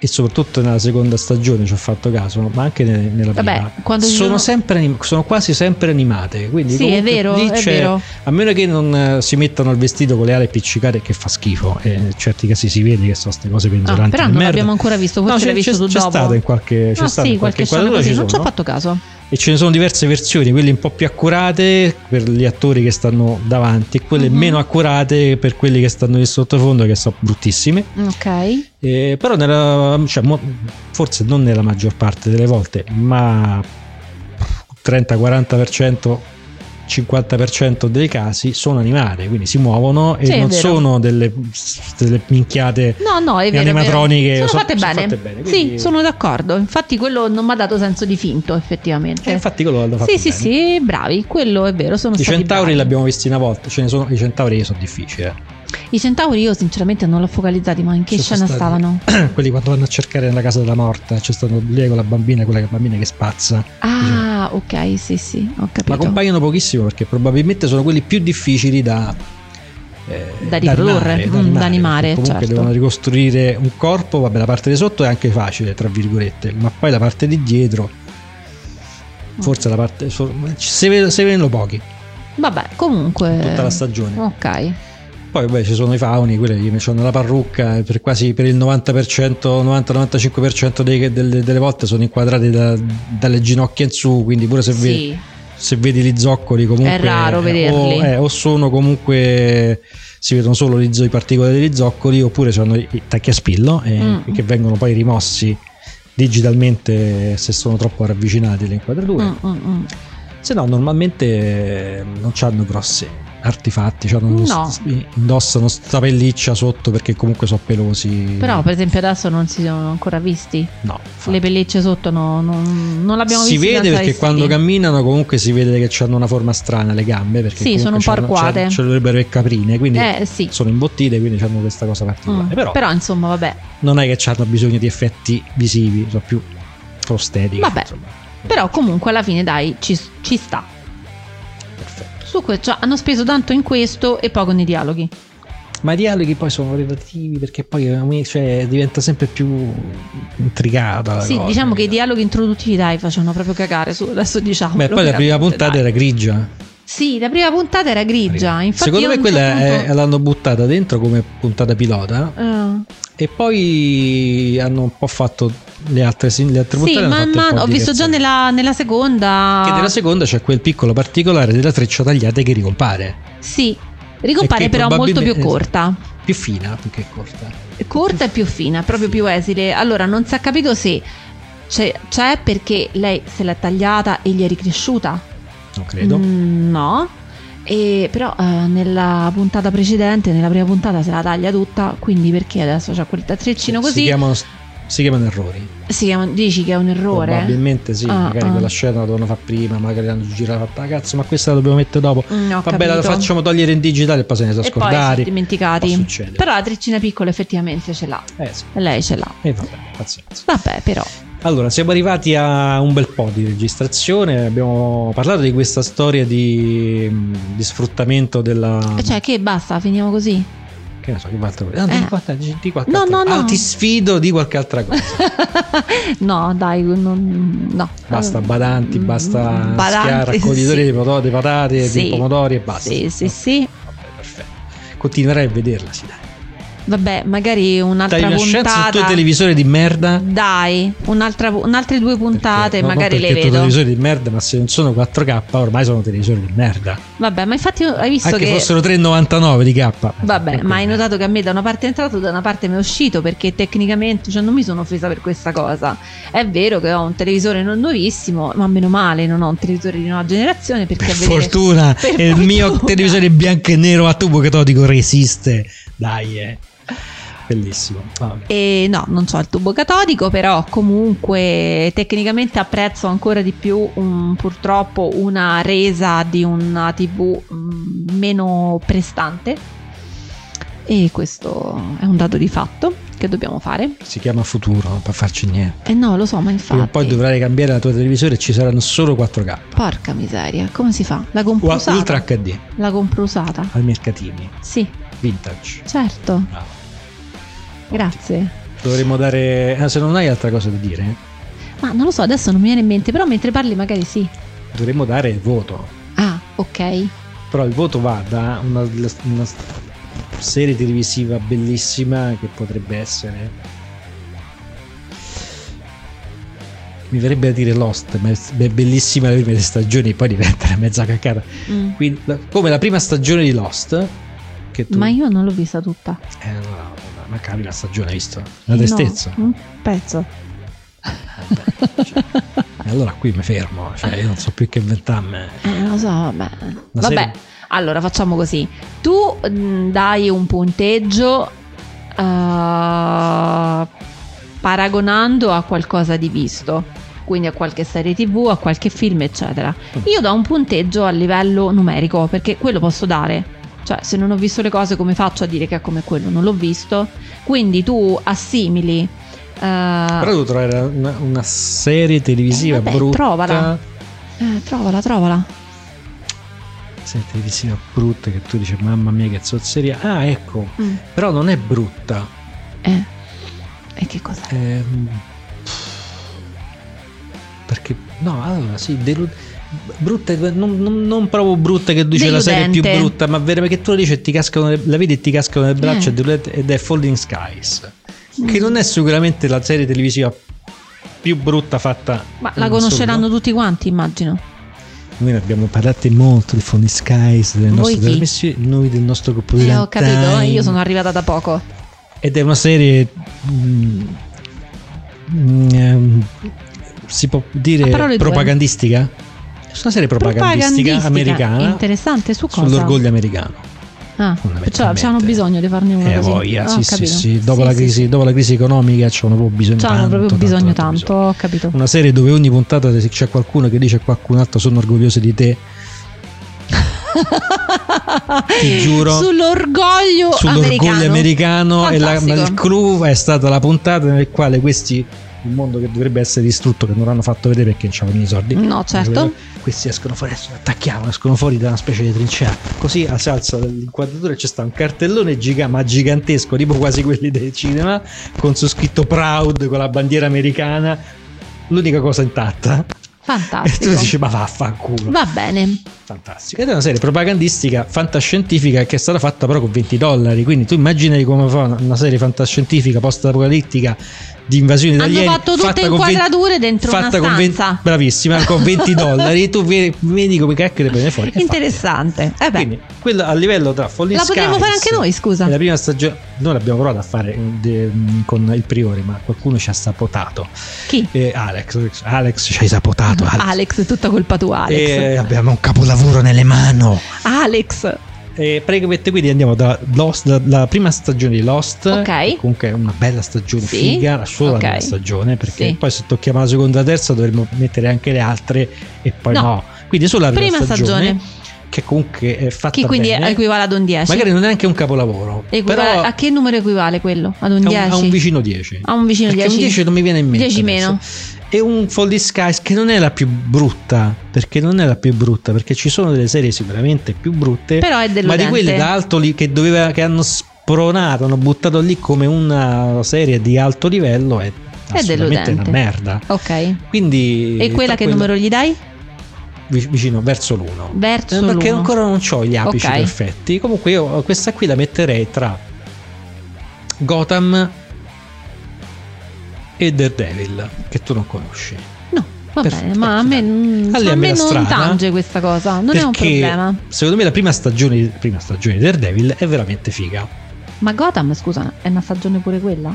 e soprattutto nella seconda stagione ci ho fatto caso, ma anche ne- nella Vabbè, prima, quando ci sono, sono- sempre anim- sono quasi sempre animate, quindi Sì, è comunque vero, lì è c'è- vero. a meno che non eh, si mettano il vestito con le ali appiccicate che fa schifo e in certi casi si vede che sono queste cose Ah, penzolanti però di non merda. l'abbiamo ancora visto, No, forse c'è, l'hai visto c'è, tu c'è dopo. stato in qualche c'è Ah, stato sì, in qualche qualche scena inquadratura così, ci non ci ho sono fatto caso. e ce ne sono diverse versioni, quelle un po' più accurate per gli attori che stanno davanti e quelle Mhm. meno accurate per quelli che stanno nel sottofondo che sono bruttissime. Ok. Eh, però nella- cioè, mo- forse non nella maggior parte delle volte, ma 30-40%, 50% dei casi sono animali, quindi si muovono e Sì, è non vero. sono delle, delle minchiate. No, no, è Le vero. è vero. animatroniche sono, sono- fatte, sono bene. fatte bene, Sì, quindi- sono d'accordo. Infatti, quello non mi ha dato senso di finto, effettivamente. E eh, infatti quello l'hanno fatto sì, sì, bene. sì, bravi. Quello è vero. Sono I stati centauri bravi. li abbiamo visti una volta, ce ne sono, i centauri sono difficili. eh. I centauri, io sinceramente non l'ho focalizzati, ma in che Ci scena sono stati- Mm. stavano? Quelli quando vanno a cercare nella casa della morta, c'è stato lì con la bambina, quella bambina che spazza. Ah, ok, sì, sì, ho Ma capito. compaiono pochissimo perché probabilmente sono quelli più difficili da, eh, Da riprodurre, animare, mm, da animare, perché Comunque certo. devono ricostruire un corpo, vabbè la parte di sotto è anche facile, tra virgolette, ma poi la parte di dietro, forse la parte... so- Se vedo, se vedono pochi, Vabbè, comunque. tutta la stagione. Ok. Poi vabbè, ci sono i fauni, quelli che hanno la parrucca, per quasi per il 90%, 90-95% dei- delle, delle volte sono inquadrati da- dalle ginocchia in su, quindi pure se vedi Sì. se vedi gli zoccoli comunque È raro eh, vederli. o, eh, o sono comunque si vedono solo gli zo- i particoli degli zoccoli oppure sono i i tacchi a spillo eh, Mm. che vengono poi rimossi digitalmente se sono troppo ravvicinati le inquadrature Mm, mm, mm. se no normalmente eh, non hanno grossi artefatti cioè hanno No. s- indossano sta pelliccia sotto perché comunque sono pelosi Però, per esempio, adesso non si sono ancora visti. no, Le pellicce sotto no, non, non l'abbiamo si visti vede senza perché vestiti. quando camminano comunque si vede che hanno una forma strana le gambe perché Sì, comunque sono un po' c'hanno- arcuate. c'hanno- ci dovrebbero le caprine quindi Eh, sì. sono imbottite quindi hanno questa cosa particolare Mm, Eh, però, però, insomma, vabbè. non è che hanno bisogno di effetti visivi sono più prostetiche Vabbè. insomma. Però comunque alla fine dai, ci, ci sta. perfetto Su que- cioè, hanno speso tanto in questo e poco nei dialoghi. ma i dialoghi poi sono relativi perché poi cioè, diventa sempre più intricata la sì, cosa, diciamo che i capito? dialoghi introduttivi dai facevano proprio cagare su, adesso diciamo. Beh, poi la prima puntata era grigia. Sì, la prima puntata era grigia, infatti Secondo io a me un quella certo è- l'hanno buttata dentro come puntata pilota. punto- Eh, E poi hanno un po' fatto le altre, sì, le altre Sì, puntate. hanno man fatto un mano, po' ho visto diverse. già nella, nella seconda... Che nella seconda c'è quel piccolo particolare della treccia tagliata che ricompare. Sì, E ricompare che però molto più probabilmente- corta. Più fina, più che corta. corta e più fina, proprio più esile. Allora, non si è capito se c'è, c'è perché lei se l'è tagliata e gli è ricresciuta. Non credo. Mm, no. E però eh, nella puntata precedente, nella prima puntata se la taglia tutta, quindi perché adesso c'è quel treccino Si così? chiamano, si chiamano errori. Si chiama- dici che è un errore? Probabilmente sì. Ah, magari ah. quella scena la dovevano fare prima, magari l'hanno girata fatta cazzo, ma questa la dobbiamo mettere dopo. Mm, ho Vabbè, la capito. facciamo togliere in digitale e poi se ne sono E poi si sono scordati. Può dimenticati. succedere. Però la treccina piccola effettivamente ce l'ha. Eh sì. Lei ce l'ha. E vabbè, pazienza. Vabbè, però. Allora, siamo arrivati a un bel po' di registrazione. Abbiamo parlato di questa storia di, mm, di sfruttamento della. Cioè, che basta, finiamo così. che ne so, che altro. Ah, Eh. di qualche- di qualche No, altra no, cosa. no. Ah, ti sfido di qualche altra cosa. no, dai, non- no. Basta badanti, basta Badanti, schiara, raccoglitori sì. di patate, di patate, Sì. di pomodori e basta. Sì, sì, sì. Vabbè, perfetto. Continuerai a vederla, sì, dai. Vabbè, magari Dai un'altra una chance sul tuo puntata. televisore di merda. Dai, un'altra, pu- un'altre due puntate, Perché- no, non magari le perché il tuo vedo. televisore di merda, ma se non sono 4K, ormai sono televisori di merda. Vabbè, ma infatti hai visto Anche che fossero 3,99 di K. Vabbè, Ecco. ma hai notato che a me da una parte è entrato, da una parte mi è uscito perché tecnicamente cioè, non mi sono offesa per questa cosa. È vero che ho un televisore non nuovissimo, ma meno male non ho un televisore di nuova generazione perché Per a vedere- fortuna, per è il mio fortuna. televisore bianco e nero a tubo catodico resiste. Dai, eh. Bellissimo. Vabbè. E no, non ho il tubo catodico, però comunque tecnicamente apprezzo ancora di più un- purtroppo una resa di una TV mh, meno prestante. E questo è un dato di fatto che dobbiamo fare. Si chiama futuro, non può farci niente. E Eh no, lo so, ma infatti. Prima o poi dovrai cambiare la tua televisione e ci saranno solo 4K. Porca miseria, come si fa? La compro Ua- usata. Ultra HD La compro usata. al mercatini, Sì, vintage. certo. Bravo. Grazie. Dovremmo dare. ah, se non hai altra cosa da dire, Ma non lo so, adesso non mi viene in mente, però mentre parli magari sì. eh, dovremmo dare il voto. Ah, ok. Però il voto va da una, una serie televisiva bellissima che potrebbe essere mi verrebbe da dire Lost, ma è bellissima le prime stagioni, poi diventa una mezza cacata. Mm. Quindi, la- come la prima stagione di Lost, che tu... Ma io non l'ho vista tutta. Eh, no, no, no, ma capi la stagione, hai visto? Una tristezza. No, un pezzo. E allora qui mi fermo, cioè io non so più che inventarmi. Eh, lo so, vabbè. La Vabbè, serie- allora facciamo così. Tu mh, dai un punteggio eh, paragonando a qualcosa di visto, quindi a qualche serie tv, a qualche film, eccetera. Io do un punteggio a livello numerico, perché quello posso dare. Cioè, se non ho visto le cose, come faccio a dire che è come quello? Non l'ho visto. Quindi tu assimili. eh, Però devo trovare una, una serie televisiva Eh, vabbè, brutta. trovala. eh, trovala, trovala. Serie televisiva brutta che tu dici, mamma mia che zozzeria. Ah, ecco, Mm. però non è brutta. Eh. E che cos'è? Ehm, perché no, allora sì, delu- brutta, non, non- non proprio brutta che dice la serie più Deludente. brutta, ma veramente che tu la dici e ti cascano le- la vedi e ti cascano le braccia Eh. Mm. deludente, ed è Falling Skies, che non è sicuramente la serie televisiva più brutta fatta. Ma la eh, conosceranno insomma. tutti quanti, immagino. Noi ne abbiamo parlato molto di Falling Skies, delle Voi nostre chi? trasmissioni, noi del nostro gruppo di Eh, ho capito, Runtime. io sono arrivata da poco. ed è una serie mm, mm, ehm, si può A parole dire due. propagandistica è una serie propagandistica, americana Interessante, su cosa? sull'orgoglio americano Ah, cioè, fondamentalmente. c'hanno bisogno di farne una eh, così. voglia, Ah, sì, ho sì, capito. sì. Dopo, Sì, la sì, crisi, sì. dopo la crisi economica c'hanno proprio bisogno C'hanno tanto, proprio bisogno tanto, tanto, ho capito. una serie dove ogni puntata se c'è qualcuno che dice a qualcun altro sono orgoglioso di te ti giuro Sull'orgoglio, sull'orgoglio americano, e la, Fantastico. il clou è stata la puntata nel quale questi il mondo che dovrebbe essere distrutto che non l'hanno fatto vedere perché non c'erano i soldi No, certo. questi escono fuori adesso attacchiamo escono fuori da una specie di trincea così a salsa dell'inquadratura c'è sta un cartellone giga- ma gigantesco tipo quasi quelli del cinema con su scritto proud con la bandiera americana l'unica cosa intatta e tu dici Fantastico. ma vaffanculo Va bene. Fantastica. Ed è una serie propagandistica fantascientifica che è stata fatta però con 20 dollari. Quindi tu immagini come fa una- una serie fantascientifica post-apocalittica di invasione Hanno italiana. fatto tutte inquadrature dentro una stanza. bravissima, con 20 dollari. Tu vedi, vedi come cacchio le prende fuori. E Interessante. Eh fatti. beh, Quindi quello a livello tra Falling la potremmo Skies fare anche noi, scusa. e La prima stagione, noi l'abbiamo provato a fare eh, de- con il priore, ma qualcuno ci ha sapotato. Chi? Eh, Alex, Alex ci hai sapotato. Alex. Eh, Alex, è tutta colpa tua, Alex. E abbiamo un capolavoro nelle mani. Alex. E praticamente quindi andiamo da Lost, da- dalla prima stagione di Lost, Ok. che comunque è una bella stagione Sì. figa, la sola Ok. bella stagione, perché Sì. poi se tocchiamo la seconda e la terza dovremmo mettere anche le altre e poi no. No. Quindi solo la prima, Prima stagione. che comunque è fatta Che quindi bene. equivale ad un 10. Magari non è neanche un capolavoro, Equivale- però a che numero equivale quello? Ad un a un- 10? a un vicino 10. A un vicino Perché 10. un 10 non mi viene in mente. 10 adesso. meno. E un Folly Skies che non è la più brutta, perché non è la più brutta, perché ci sono delle serie sicuramente più brutte, Però ma è di deludente. quelle da alto li- che, doveva, che hanno spronato, hanno buttato lì come una serie di alto livello è, assolutamente una deludente. merda. Ok. Quindi E quella tra che quello- numero gli dai? vi- vicino verso l'1. Verso Eh, perché l'uno. ancora non ho gli apici Ok. perfetti. Comunque io questa qui la metterei tra Gotham e Daredevil, che tu non conosci. No, va Perfetto, bene, ma a me, perfetto. mm, Allora, cioè, me a me la non strada, tange questa cosa, non è un perché problema. Secondo me la prima stagione, prima stagione di Daredevil è veramente figa. Ma Gotham, scusa, è una stagione pure quella?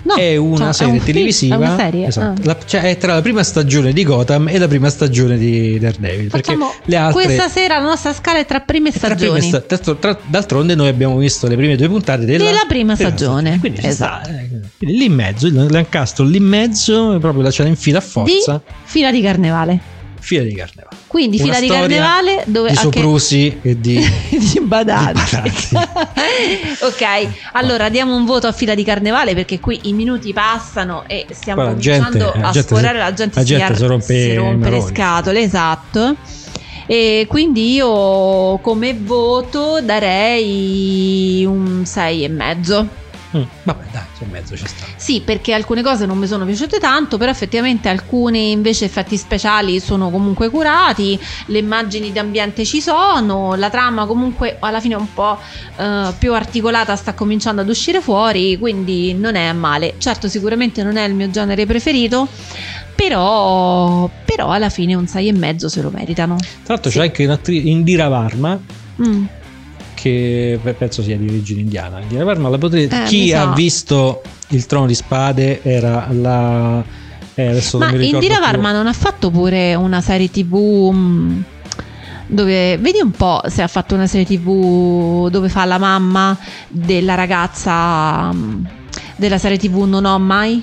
No, è una cioè, serie un film, televisiva. È una serie. Esatto. ah. La- cioè, è tra la prima stagione di Gotham e la prima stagione di Daredevil. Facciamo perché le altre questa sera la nostra scala è tra prime Tra prime stagioni. sta- tra- tra- d'altronde noi abbiamo visto le prime due puntate della, Della prima stagione. Quindi, ci Esatto. sta, eh, quindi lì in mezzo, il Lancaster lì in mezzo, proprio la c'è in fila a di forza, Fila di Carnevale. fila di carnevale. Quindi Una Fila di storia Carnevale dove Di a che- soprusi e di... Mm, di badati. Di ok, allora diamo un voto a fila di carnevale perché qui i minuti passano e stiamo Qua la cominciando gente- la a gente sforare si- la gente, la si, gente ar- si rompe si i rompe le maroni. scatole, esatto. E quindi io come voto darei un 6 e mezzo. Mm, vabbè dai, c'è in mezzo ci sta. Sì, perché alcune cose non mi sono piaciute tanto, però effettivamente alcuni invece effetti speciali sono comunque curati, le immagini di ambiente ci sono, la trama comunque alla fine un po' eh, più articolata sta cominciando ad uscire fuori, quindi non è male. Certo, sicuramente non è il mio genere preferito, Però, però alla fine un 6,5 se lo meritano. Tra l'altro c'è anche un'attrice Indira Varma Mm. che beh, penso sia di origine indiana. Indira Varma la potete Eh, mi chi sa. ha visto il trono di spade era la eh, adesso Ma non mi ricordo Indira più. Varma non ha fatto pure una serie tv mh, dove vedi un po' se ha fatto una serie tv dove fa la mamma della ragazza mh, della serie tv Non ho mai.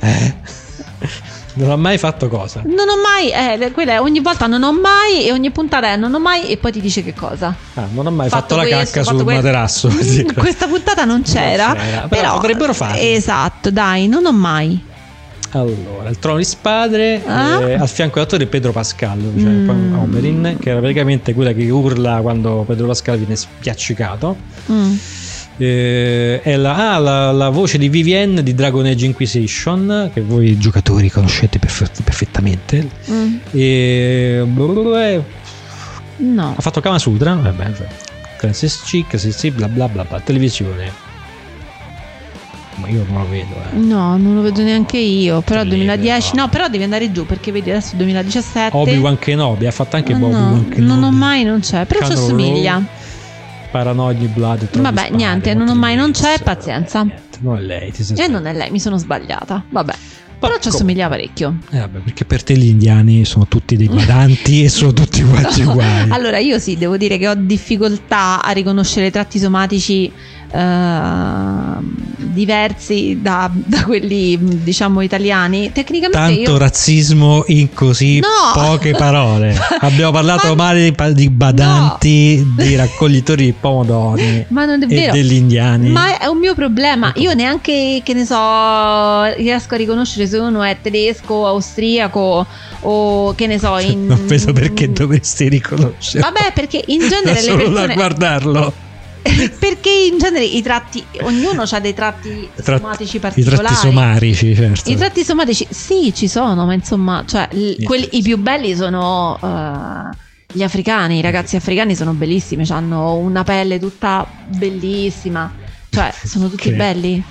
Eh? non ha mai fatto cosa. Non ho mai, eh, le- quella è ogni volta non ho mai e ogni puntata è non ho mai e poi ti dice che cosa. Ah, non ha mai Fatto fatto, la questo, cacca fatto sul questo. materasso. per dire. Questa puntata non c'era, c'era, però però, potrebbero farlo. Esatto, dai, non ho mai. Allora, il trono di spade, Ah. eh, al fianco dell'attore Pedro Pascal, cioè Mm. Pam Omerin, che era praticamente quella che urla quando Pedro Pascal viene spiaccicato. Mm. Eh, è la, ah, la- la voce di Vivienne di Dragon Age Inquisition, che voi giocatori conoscete perfe- perfettamente. Mm. E, eh, No. ha fatto Kama Sutra, vabbè, cioè, Classes C, Classes C, bla bla bla bla, televisione. Ma io non lo vedo, eh. No, non lo vedo neanche io. Però Sì, 2010, però. no, però devi andare giù perché vedi adesso 2017. Obi-Wan Kenobi, ha fatto anche Ah, Bob no, Obi-Wan Kenobi. non ho mai, non c'è, però ci Cannonball, assomiglia. Paranoid Blood. Trovi Vabbè, Spade, niente, non ho Monty mai, non c'è, Reyes, pazienza. niente, non è lei, ti sei E Eh, non è lei, mi sono sbagliata. Vabbè, però ci comunque. assomiglia parecchio. Eh, vabbè, perché per te gli indiani sono tutti dei badanti e sono tutti quanti uguali. Allora, io sì, devo dire che ho difficoltà a riconoscere tratti somatici eh, diversi da, da quelli, diciamo, italiani. Tecnicamente Tanto io... razzismo in così No! poche parole. Abbiamo parlato Ma- male di, pa- di badanti, di raccoglitori di pomodori Ma non è e vero. degli indiani. Ecco. Ma è un mio problema. Io neanche, che ne so, riesco a riconoscere se uno è tedesco, austriaco o che ne so. In... Cioè, Non vedo perché dovresti riconoscere. Vabbè, perché in Da genere le solo da persone. guardarlo. perché in genere i tratti. Ognuno ha dei tratti Tratti- somatici I particolari. tratti somarici, certo. I tratti somatici, sì, ci sono, ma insomma, cioè, l- quelli- i più belli sono eh, gli africani. I ragazzi africani sono bellissimi, hanno una pelle tutta bellissima. Cioè, sono tutti Che- belli.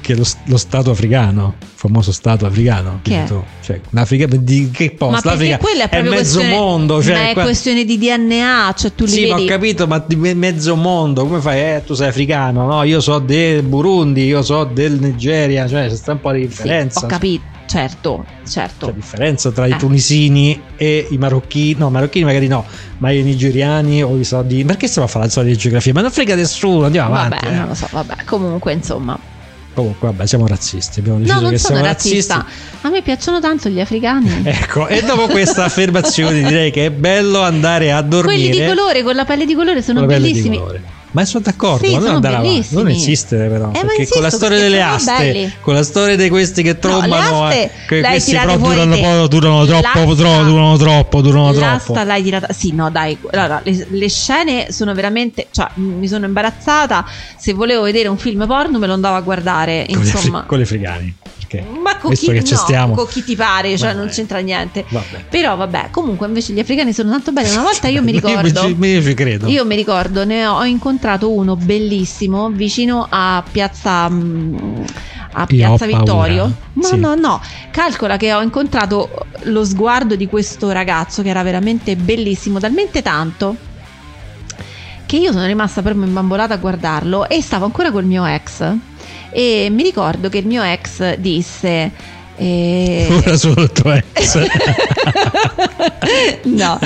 che lo, lo stato africano, il famoso stato africano, Che dici è? tu. Cioè, l'Africa di che Ma posto? L'Africa perché quella è Oh, è proprio mezzo questione- mondo, cioè, ma è qua- questione di DNA, cioè tu li Sì, ma ho vedi. capito, ma di me- mezzo mondo, come fai? Eh, tu sei africano, no? Io so del Burundi, io so del Nigeria, cioè c'è un po' di Sì, differenza. ho capito, certo, certo. C'è differenza tra i Eh. tunisini e i marocchini, no, marocchini magari no, ma i nigeriani o i saudini. Perché stiamo a fare la storia di geografia? Ma non frega nessuno, andiamo vabbè, avanti. eh. non lo so, vabbè, comunque insomma. Comunque, vabbè, siamo razzisti. Abbiamo deciso No, non che sono siamo razzista. razzisti. A me piacciono tanto gli africani. Ecco, e dopo questa affermazione direi che è bello andare a dormire. Quelli di colore, con la pelle di colore, sono con la pelle di bellissimi. colore. Ma sono d'accordo, Sì, ma non sono andare avanti, bellissimi. non esistere però, Eh, ma perché insisto, con la storia perché delle sono aste, belli. con la storia di questi che trombano, le aste eh, che le hai questi tirate però fuori durano, te. poco, durano troppo, L'asta- tro- durano troppo, durano L'asta troppo. l'hai tirata. Sì, no, dai. Allora, le, le scene sono veramente. Cioè, m- mi sono imbarazzata. Se volevo vedere un film porno, me lo andavo a guardare. Con le, fri- Insomma. con le frigani, perché Ma con visto chi, che ci no, stiamo. eh. con chi ti pare, cioè Vabbè. non c'entra niente. Vabbè. Però vabbè, comunque invece gli africani sono tanto belli. Una volta io mi Io ricordo. ci, io ci credo. Io mi ricordo, ne ho incontrato uno bellissimo vicino a Piazza, mm, a Io ho Piazza Vittorio. paura. No, Sì. no, no. Calcola che ho incontrato lo sguardo di questo ragazzo che era veramente bellissimo, talmente tanto che io sono rimasta proprio imbambolata a guardarlo e stavo ancora col mio ex. E mi ricordo che il mio ex disse. eh, Ora solo il tuo ex. no.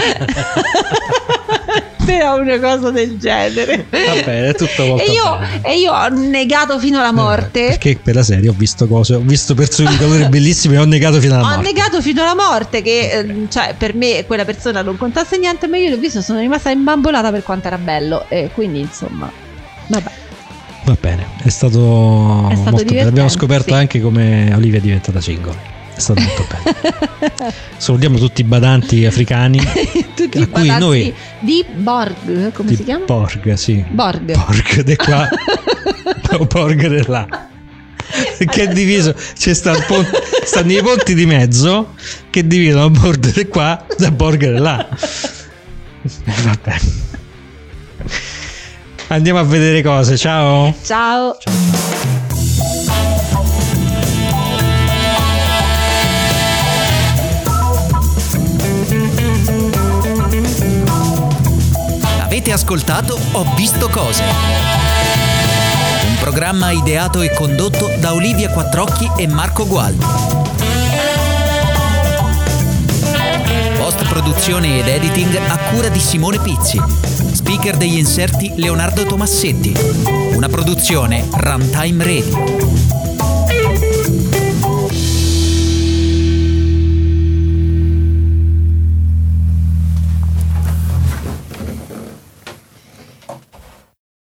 Era una cosa del genere. Va bene, è tutto molto e io, bene. e io ho negato fino alla morte. Eh, Perché per la serie ho visto cose, ho visto persone di colore bellissime e ho negato fino alla Ho morte. negato fino alla morte che eh, cioè, per me quella persona non contasse niente, ma io l'ho visto, sono rimasta imbambolata per quanto era bello. E quindi insomma, vabbè. Va bene, è stato, È molto bello. stato Abbiamo divertente, scoperto sì. anche come Olivia è diventata single. È stato molto bello. Salutiamo tutti i badanti africani. Tutti A i cui badanti noi- di Borg, come di si chiama? Borg, sì. Borg. Borg di qua. o Borg di là. Che è diviso, c'è sta il pon- stanno i ponti di mezzo che dividono Borg di qua da Borg di là. Vabbè. Andiamo a vedere cose, ciao. Ciao. ascoltato Ho visto cose. Un programma ideato e condotto da Olivia Quattrocchi e Marco Gualdi. Post produzione ed editing a cura di Simone Pizzi. Speaker degli inserti Leonardo Tomassetti. Una produzione Runtime Radio.